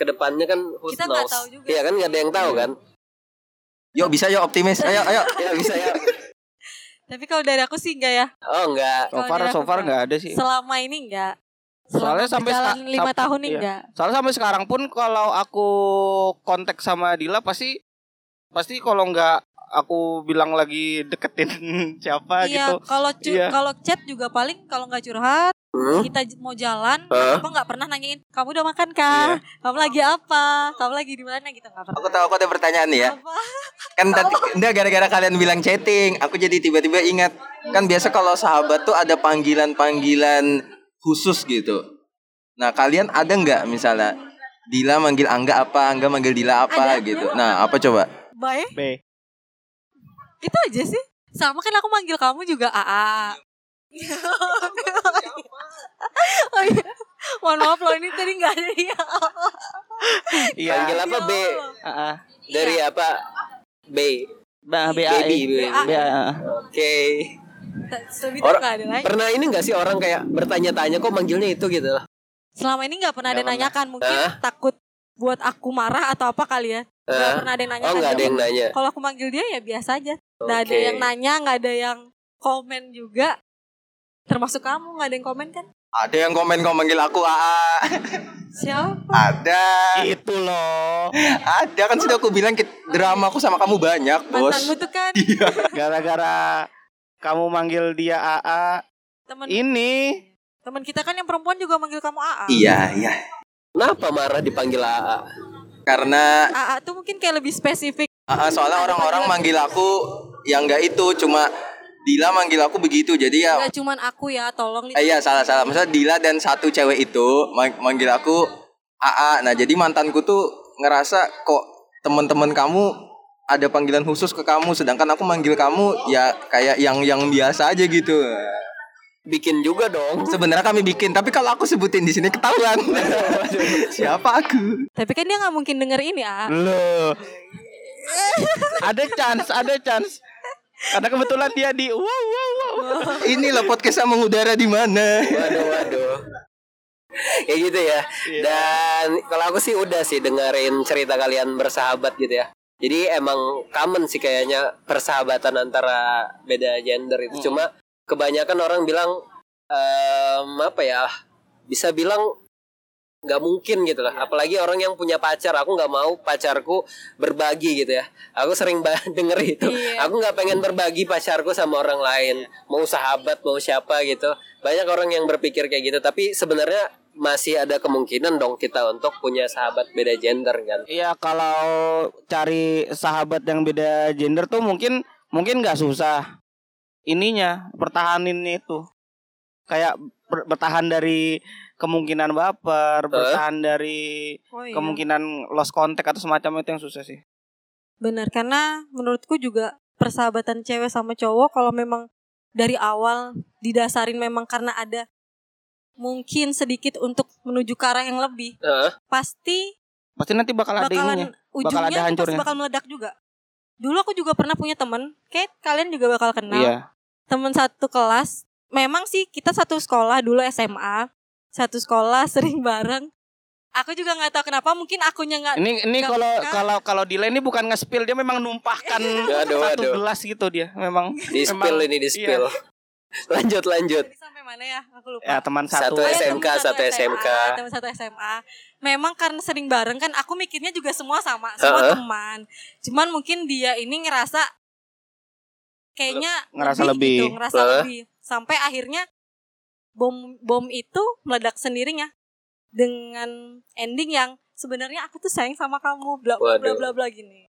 Speaker 2: kedepannya kan who
Speaker 1: Kita nggak
Speaker 2: knows
Speaker 1: tahu juga
Speaker 2: iya kan nggak ada yang tahu kan
Speaker 4: Yuk bisa yuk optimis. Ayo ayo.
Speaker 1: Iya.
Speaker 2: ya bisa ya
Speaker 1: Tapi kalau dari aku sih enggak ya.
Speaker 2: oh nggak
Speaker 3: so
Speaker 1: Kalau
Speaker 3: far
Speaker 1: dia
Speaker 3: so far
Speaker 1: lakukan.
Speaker 3: nggak ada sih
Speaker 1: Selama ini enggak.
Speaker 3: Soalnya sampai
Speaker 1: berjalan
Speaker 3: sta-
Speaker 1: lima
Speaker 3: sam-
Speaker 1: tahun ini
Speaker 3: iya.
Speaker 1: enggak.
Speaker 3: Soalnya sampai sekarang pun kalau aku kontak sama Dila pasti pasti kalau nggak aku bilang lagi deketin siapa
Speaker 1: iya,
Speaker 3: gitu.
Speaker 1: kalau cu-
Speaker 3: Iya.
Speaker 1: kalau chat juga paling kalau nggak curhat,
Speaker 2: Hmm?
Speaker 1: kita j- mau jalan,
Speaker 2: Hah?
Speaker 1: apa nggak pernah nanyain kamu udah makan
Speaker 3: Iya.
Speaker 1: kah? Kamu lagi apa? Kamu lagi di mana gitu nggak pernah.
Speaker 4: Aku tahu aku ada pertanyaan
Speaker 3: Iya.
Speaker 4: nih ya.
Speaker 1: Apa?
Speaker 4: Kan tadi enggak gara-gara kalian bilang chatting, aku jadi tiba-tiba ingat. Kan biasa kalau sahabat tuh ada panggilan-panggilan khusus gitu. Nah, kalian ada nggak misalnya Dila manggil Angga apa, Angga manggil Dila apa
Speaker 1: Ada.
Speaker 4: gitu. Nah, apa coba?
Speaker 1: Bye.
Speaker 3: B.
Speaker 1: Itu aja sih. Sama kan aku manggil kamu juga AA.
Speaker 3: Iya.
Speaker 1: oh, iya. Mohon maaf loh ini tadi nggak ada ya.
Speaker 2: panggil
Speaker 3: Iya.
Speaker 2: apa B
Speaker 3: Heeh.
Speaker 1: ya.
Speaker 2: dari apa B
Speaker 3: Ba B A
Speaker 2: baby
Speaker 3: E.
Speaker 1: BA.
Speaker 2: B. oke
Speaker 3: B A E.
Speaker 2: Iya.
Speaker 1: Sebelum itu
Speaker 2: Orang-
Speaker 1: nggak ada lagi.
Speaker 2: pernah ini nggak sih orang kayak bertanya-tanya kok manggilnya itu gitu loh
Speaker 1: selama ini nggak pernah ada
Speaker 3: Nggak pernah.
Speaker 1: nanyakan mungkin
Speaker 2: Hah?
Speaker 1: takut buat aku marah atau apa kali ya nggak
Speaker 2: Hah?
Speaker 1: pernah ada yang nanya
Speaker 2: oh nggak ada yang nanya
Speaker 1: kalau aku manggil dia ya biasa aja nggak ada
Speaker 2: Oke.
Speaker 1: yang nanya nggak ada yang komen juga termasuk kamu nggak ada yang komen kan
Speaker 4: Ada yang komen-komen manggil aku AA.
Speaker 1: Siapa?
Speaker 4: Ada.
Speaker 3: Itu loh.
Speaker 4: Ada kan sudah aku bilang kit- drama aku sama kamu banyak,
Speaker 1: Mantanmu
Speaker 4: Bos.
Speaker 1: tuh kan
Speaker 2: Iya.
Speaker 3: Gara-gara kamu manggil dia AA.
Speaker 1: teman
Speaker 3: Ini
Speaker 1: teman kita kan yang perempuan juga manggil kamu AA.
Speaker 4: Iya, iya.
Speaker 2: Kenapa marah dipanggil AA?
Speaker 4: Karena
Speaker 1: AA tuh mungkin kayak lebih spesifik.
Speaker 4: AA soalnya orang-orang manggil aku yang enggak itu cuma Dila manggil aku begitu. Jadi ya
Speaker 2: Iya.
Speaker 1: Gak cuman aku ya, tolong
Speaker 4: Eh, iya salah salah. Maksudnya Dila dan satu cewek itu mang- manggil aku AA. Nah jadi mantanku tuh ngerasa kok teman-teman kamu ada panggilan khusus ke kamu, sedangkan aku manggil kamu ya kayak yang yang biasa aja gitu.
Speaker 2: Bikin juga dong.
Speaker 4: Sebenarnya kami bikin, tapi kalau aku sebutin di sini ketahuan siapa aku.
Speaker 1: Tapi kan dia gak mungkin denger ini, AA.
Speaker 2: Hmm.
Speaker 3: Loh. ada chance, ada chance. Karena kebetulan dia di wow wow wow.
Speaker 4: Inilah podcast yang mengudara di mana.
Speaker 2: Waduh, waduh. ya gitu ya. Dan kalau aku sih udah sih dengerin cerita kalian bersahabat gitu ya. Jadi emang common sih kayaknya persahabatan antara beda gender itu. Cuma kebanyakan orang bilang em, apa ya? Bisa bilang nggak mungkin gitu
Speaker 1: Iya.
Speaker 2: lah. Apalagi orang yang punya pacar, aku nggak mau pacarku berbagi gitu ya. Aku sering ba- denger itu.
Speaker 1: Iya.
Speaker 2: Aku nggak pengen berbagi pacarku sama orang lain. Mau sahabat, mau siapa gitu. Banyak orang yang berpikir kayak gitu. Tapi sebenarnya masih ada kemungkinan dong kita untuk punya sahabat beda gender kan.
Speaker 3: Iya kalau cari sahabat yang beda gender tuh mungkin mungkin nggak susah ininya pertahaninnya itu kayak ber- bertahan dari kemungkinan baper, bertahan dari
Speaker 1: Oh, iya.
Speaker 3: kemungkinan lost contact atau semacam itu yang susah sih.
Speaker 1: Benar, karena menurutku juga persahabatan cewek sama cowok kalau memang dari awal didasarin memang karena ada mungkin sedikit untuk menuju ke arah yang lebih,
Speaker 2: Heeh.
Speaker 1: pasti
Speaker 3: Pasti nanti bakal, ada
Speaker 1: bakalan
Speaker 3: ininya. bakal ada
Speaker 1: ujungnya tuh pasti
Speaker 3: hancurnya.
Speaker 1: bakal meledak juga. Dulu aku juga pernah punya temen, kayak kalian juga bakal kenal.
Speaker 3: Iya.
Speaker 1: teman satu kelas memang sih kita satu sekolah dulu SMA satu sekolah sering bareng aku juga nggak tahu kenapa mungkin akunya nggak
Speaker 3: Ini ini
Speaker 1: Gak
Speaker 3: kalau
Speaker 1: buka.
Speaker 3: kalau kalau delay ini bukan nge-spill dia memang numpahkan
Speaker 1: Iya.
Speaker 2: Aduh,
Speaker 3: satu
Speaker 2: aduh.
Speaker 3: gelas gitu dia memang
Speaker 2: Di spill
Speaker 3: Emang,
Speaker 2: ini di spill. lanjut lanjut.
Speaker 1: Jadi sampai mana ya aku lupa
Speaker 3: ya teman satu.
Speaker 2: Satu
Speaker 1: Oh, ya,
Speaker 2: SM.
Speaker 1: temen
Speaker 2: SMK, satu SMK.
Speaker 1: temen Ah, satu SMA memang karena sering bareng kan aku mikirnya juga semua sama semua
Speaker 2: Heeh.
Speaker 1: teman cuman mungkin dia ini ngerasa kayaknya
Speaker 3: Ngerasa
Speaker 1: gitu,
Speaker 3: lebih.
Speaker 1: ngerasa
Speaker 2: Heeh.
Speaker 1: lebih sampai akhirnya bom bom itu meledak sendirinya dengan ending yang sebenarnya aku tuh sayang sama kamu bla bla bla
Speaker 2: Waduh.
Speaker 1: bla bla gini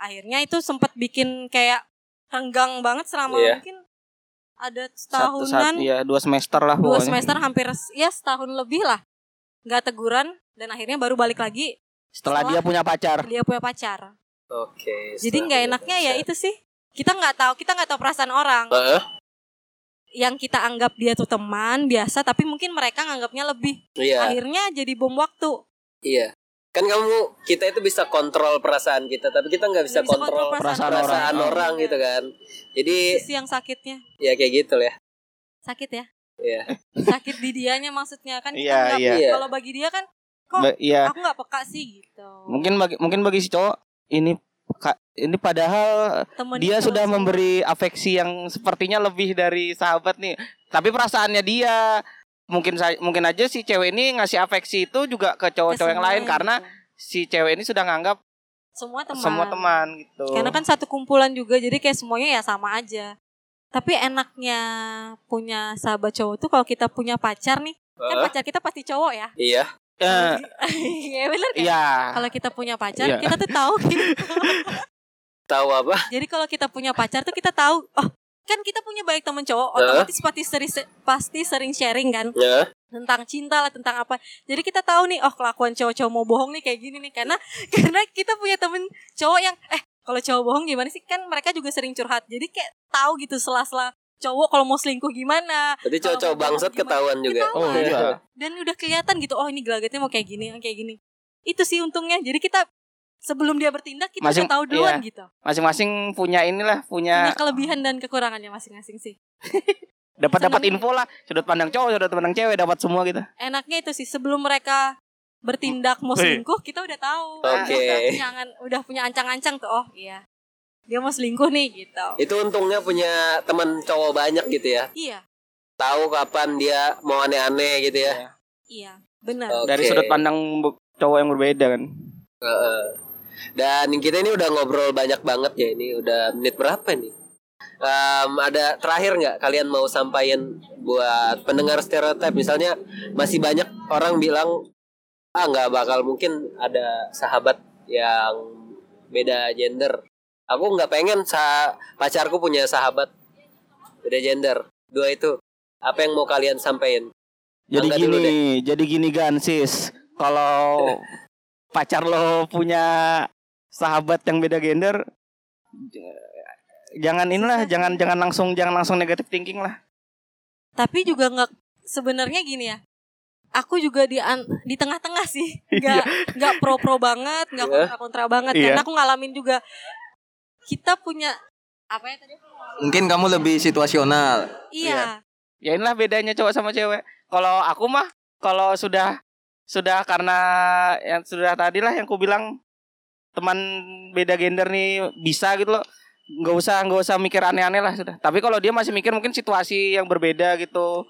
Speaker 1: akhirnya itu sempat bikin kayak renggang banget selama
Speaker 2: Iya.
Speaker 1: mungkin ada
Speaker 3: Satu
Speaker 1: setahunan
Speaker 3: saat ya dua semester lah
Speaker 1: dua
Speaker 3: pokoknya. gitu.
Speaker 1: semester hampir ya setahun lebih lah nggak teguran dan akhirnya baru balik lagi
Speaker 3: Setelah dia punya pacar.
Speaker 1: dia punya pacar
Speaker 2: Oke.
Speaker 1: jadi nggak enaknya ya itu sih kita nggak tahu kita nggak tahu perasaan orang
Speaker 2: Heeh.
Speaker 1: yang kita anggap dia tuh teman biasa tapi mungkin mereka nganggapnya lebih
Speaker 2: Iya.
Speaker 3: Ya.
Speaker 1: akhirnya jadi bom waktu
Speaker 2: Iya. Kan kamu kita itu bisa kontrol perasaan kita, tapi kita nggak bisa,
Speaker 1: Nggak bisa kontrol
Speaker 2: kontrol,
Speaker 1: perasaan Iya,
Speaker 2: perasaan,
Speaker 3: orang.
Speaker 2: orang, gitu kan. Jadi
Speaker 1: sisi yang sakitnya
Speaker 2: ya kayak gitu ya.
Speaker 1: sakit ya
Speaker 2: Iya.
Speaker 1: sakit di dianya maksudnya kan kita nggak-
Speaker 3: Iya,
Speaker 2: iya.
Speaker 1: kalau bagi dia kan Kok?
Speaker 3: Ba- Iya.
Speaker 1: aku nggak peka sih gitu
Speaker 3: Mungkin bagi mungkin bagi si cowok ini ka- ini padahal
Speaker 1: Temen
Speaker 3: dia
Speaker 1: itu
Speaker 3: sudah
Speaker 1: langsung-
Speaker 3: memberi afeksi yang sepertinya lebih dari sahabat nih. Tapi perasaannya dia mungkin sa- mungkin aja si cewek ini ngasih afeksi itu juga ke cowok-cowok yang
Speaker 1: Kesenangan
Speaker 3: lain karena
Speaker 1: gitu.
Speaker 3: si cewek ini sudah nganggap
Speaker 1: semua teman
Speaker 3: semua teman gitu.
Speaker 1: Karena kan satu kumpulan juga jadi kayak semuanya ya sama aja. Tapi enaknya punya sahabat cowok tuh kalau kita punya pacar nih, kan
Speaker 2: Heeh.
Speaker 1: pacar kita pasti cowok ya.
Speaker 2: Iya.
Speaker 3: Eh,
Speaker 1: Iya bener kan?
Speaker 3: iya.
Speaker 1: Kalau kita punya pacar,
Speaker 3: Iya.
Speaker 1: kita tuh tahu.
Speaker 2: Tahu apa?
Speaker 1: jadi kalau kita punya pacar tuh kita tahu, oh, kan kita punya banyak teman cowok,
Speaker 2: Heeh.
Speaker 1: otomatis pasti sering pasti sering sharing kan
Speaker 2: Ya.
Speaker 1: tentang cinta lah, tentang apa. Jadi kita tahu nih, oh kelakuan cowok-cowok mau bohong nih kayak gini nih karena karena kita punya temen cowok yang eh kalau cowok bohong gimana sih? Kan mereka juga sering curhat. Jadi kayak tahu gitu sela-sela cowok kalau mau selingkuh gimana
Speaker 2: Jadi cowok-cowok
Speaker 1: Kalau
Speaker 2: bangsat
Speaker 1: gimana?
Speaker 2: ketahuan juga.
Speaker 1: Ketahuan.
Speaker 3: Oh iya.
Speaker 1: dan udah kelihatan gitu, oh ini gelagatnya mau kayak gini, kayak gini. Itu sih untungnya. Jadi kita sebelum dia bertindak kita
Speaker 3: Masing-
Speaker 1: udah tahu duluan
Speaker 3: iya. Ya.
Speaker 1: gitu.
Speaker 3: masing-masing punya inilah punya
Speaker 1: Punya kelebihan dan kekurangannya masing-masing sih.
Speaker 3: dapat dapat
Speaker 1: senang.
Speaker 3: info lah sudut pandang cowok sudut pandang cewek dapat semua gitu
Speaker 1: Enaknya itu sih sebelum mereka bertindak mau
Speaker 3: Wih.
Speaker 1: selingkuh kita udah tahu.
Speaker 2: Oke.
Speaker 1: Udah punya angan- udah punya ancang-ancang tuh. Oh iya. Dia mau selingkuh nih gitu.
Speaker 2: Itu untungnya punya teman cowok banyak gitu ya.
Speaker 1: Iya.
Speaker 2: tahu kapan dia mau aneh-aneh gitu ya.
Speaker 1: Iya, benar.
Speaker 2: Oke.
Speaker 3: Dari sudut pandang bu- cowok yang berbeda kan.
Speaker 2: Heeh. Dan kita ini udah ngobrol banyak banget ya ini udah menit berapa nih? Em, ada terakhir nggak kalian mau sampaikan buat pendengar stereotip misalnya masih banyak orang bilang ah nggak bakal mungkin ada sahabat yang beda gender. Aku nggak pengen sa- pacarku punya sahabat beda gender. Dua itu apa yang mau kalian sampaikan?
Speaker 3: Jadi
Speaker 2: Angkat dulu
Speaker 3: gini, jadi gini Gansis. Kalau pacar lo punya sahabat yang beda gender j- jangan inilah jangan jangan langsung jangan langsung negative thinking lah
Speaker 1: Tapi juga nggak sebenarnya gini ya. Aku juga di an- di tengah-tengah sih. Nggak nggak pro-pro banget, nggak
Speaker 2: Iya.
Speaker 1: kontra-kontra banget
Speaker 3: Iya.
Speaker 1: karena aku ngalamin juga kita punya apa ya tadi?
Speaker 4: Mungkin kamu lebih situasional.
Speaker 1: Iya.
Speaker 3: ya inilah bedanya cowok sama cewek kalau aku mah kalau sudah sudah karena yang sudah tadi lah yang ku bilang teman beda gender nih bisa gitu loh nggak usah nggak usah mikir aneh-aneh lah sudah tapi kalau dia masih mikir mungkin situasi yang berbeda gitu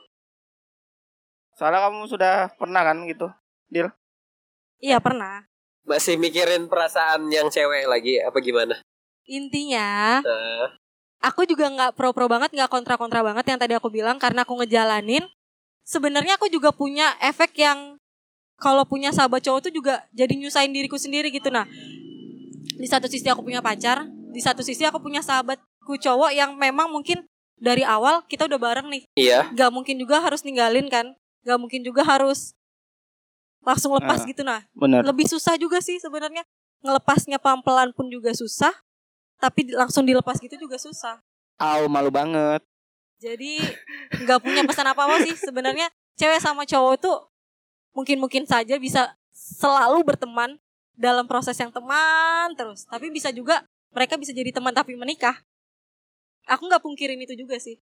Speaker 3: soalnya kamu sudah pernah kan gitu
Speaker 1: Iya, pernah.
Speaker 2: Masih mikirin perasaan yang cewek lagi apa gimana?
Speaker 1: Intinya
Speaker 2: Nah,
Speaker 1: aku juga nggak pro-pro banget, nggak kontra-kontra banget yang tadi aku bilang karena aku ngejalanin. Sebenarnya aku juga punya efek yang kalau punya sahabat cowok tuh juga jadi nyusahin diriku sendiri gitu nah. Di satu sisi aku punya pacar, di satu sisi aku punya sahabatku cowok yang memang mungkin dari awal kita udah bareng nih.
Speaker 2: iya.
Speaker 1: Gak mungkin juga harus ninggalin kan, gak mungkin juga harus langsung lepas
Speaker 3: Ah.
Speaker 1: gitu nah
Speaker 3: bener
Speaker 1: lebih susah juga sih sebenarnya ngelepasnya pelan-pelan pun juga susah tapi di- langsung dilepas gitu juga susah
Speaker 3: aw malu banget
Speaker 1: jadi nggak punya pesan apa-apa sih sebenarnya cewek sama cowok tuh mungkin-mungkin saja bisa selalu berteman dalam proses yang teman terus tapi bisa juga mereka bisa jadi teman tapi menikah aku nggak pungkirin itu juga sih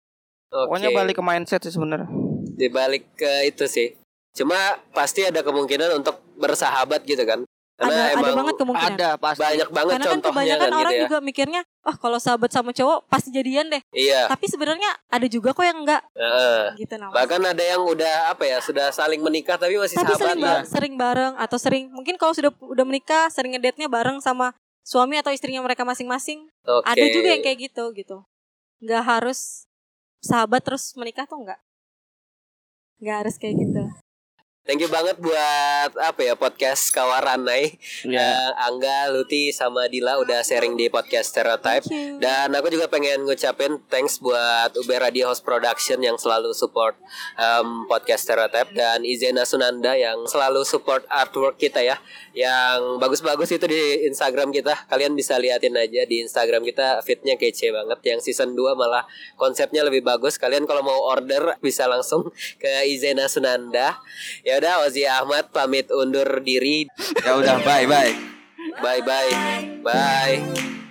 Speaker 2: Oke.
Speaker 3: pokoknya balik ke mindset sih sebenarnya
Speaker 2: dibalik ke itu sih. Cuma pasti ada kemungkinan untuk bersahabat gitu kan. Karena
Speaker 1: ada ada
Speaker 2: emang
Speaker 1: banget kemungkinan
Speaker 3: ada pasti
Speaker 2: banyak banget
Speaker 1: karena kan
Speaker 2: contohnya
Speaker 1: kebanyakan
Speaker 2: kan
Speaker 1: orang
Speaker 2: gitu ya.
Speaker 1: juga mikirnya oh kalau sahabat sama cowok pasti jadian deh
Speaker 2: Iya.
Speaker 1: tapi sebenarnya ada juga kok yang enggak
Speaker 2: heeh.
Speaker 1: gitu namanya
Speaker 2: Bahkan ada yang udah apa ya sudah saling menikah tapi masih
Speaker 1: tapi
Speaker 2: sahabat
Speaker 1: sering
Speaker 2: lah.
Speaker 1: bareng, sering bareng atau sering mungkin kalau sudah udah menikah sering ngedate-nya bareng sama suami atau istrinya mereka masing-masing
Speaker 2: Oke.
Speaker 1: ada juga yang kayak gitu gitu nggak harus sahabat terus menikah tuh nggak nggak harus kayak gitu
Speaker 2: Thank you banget buat apa ya podcast Kawaran Nay.
Speaker 3: ya
Speaker 2: Eh, Angga, Luti sama Dila udah sharing di podcast Stereotype.
Speaker 1: Thank you.
Speaker 2: Dan aku juga pengen ngucapin thanks buat Uber Radio Host Production yang selalu support em, podcast Stereotap dan Izena Sunanda yang selalu support artwork kita ya. Yang bagus-bagus itu di Instagram kita. Kalian bisa liatin aja di Instagram kita fitnya kece banget. Yang season 2 malah konsepnya lebih bagus. Kalian kalau mau order bisa langsung ke Izena Sunanda. Ya udah Ozi Ahmad pamit undur diri.
Speaker 4: Ya udah, bye bye.
Speaker 2: Bye bye. Bye.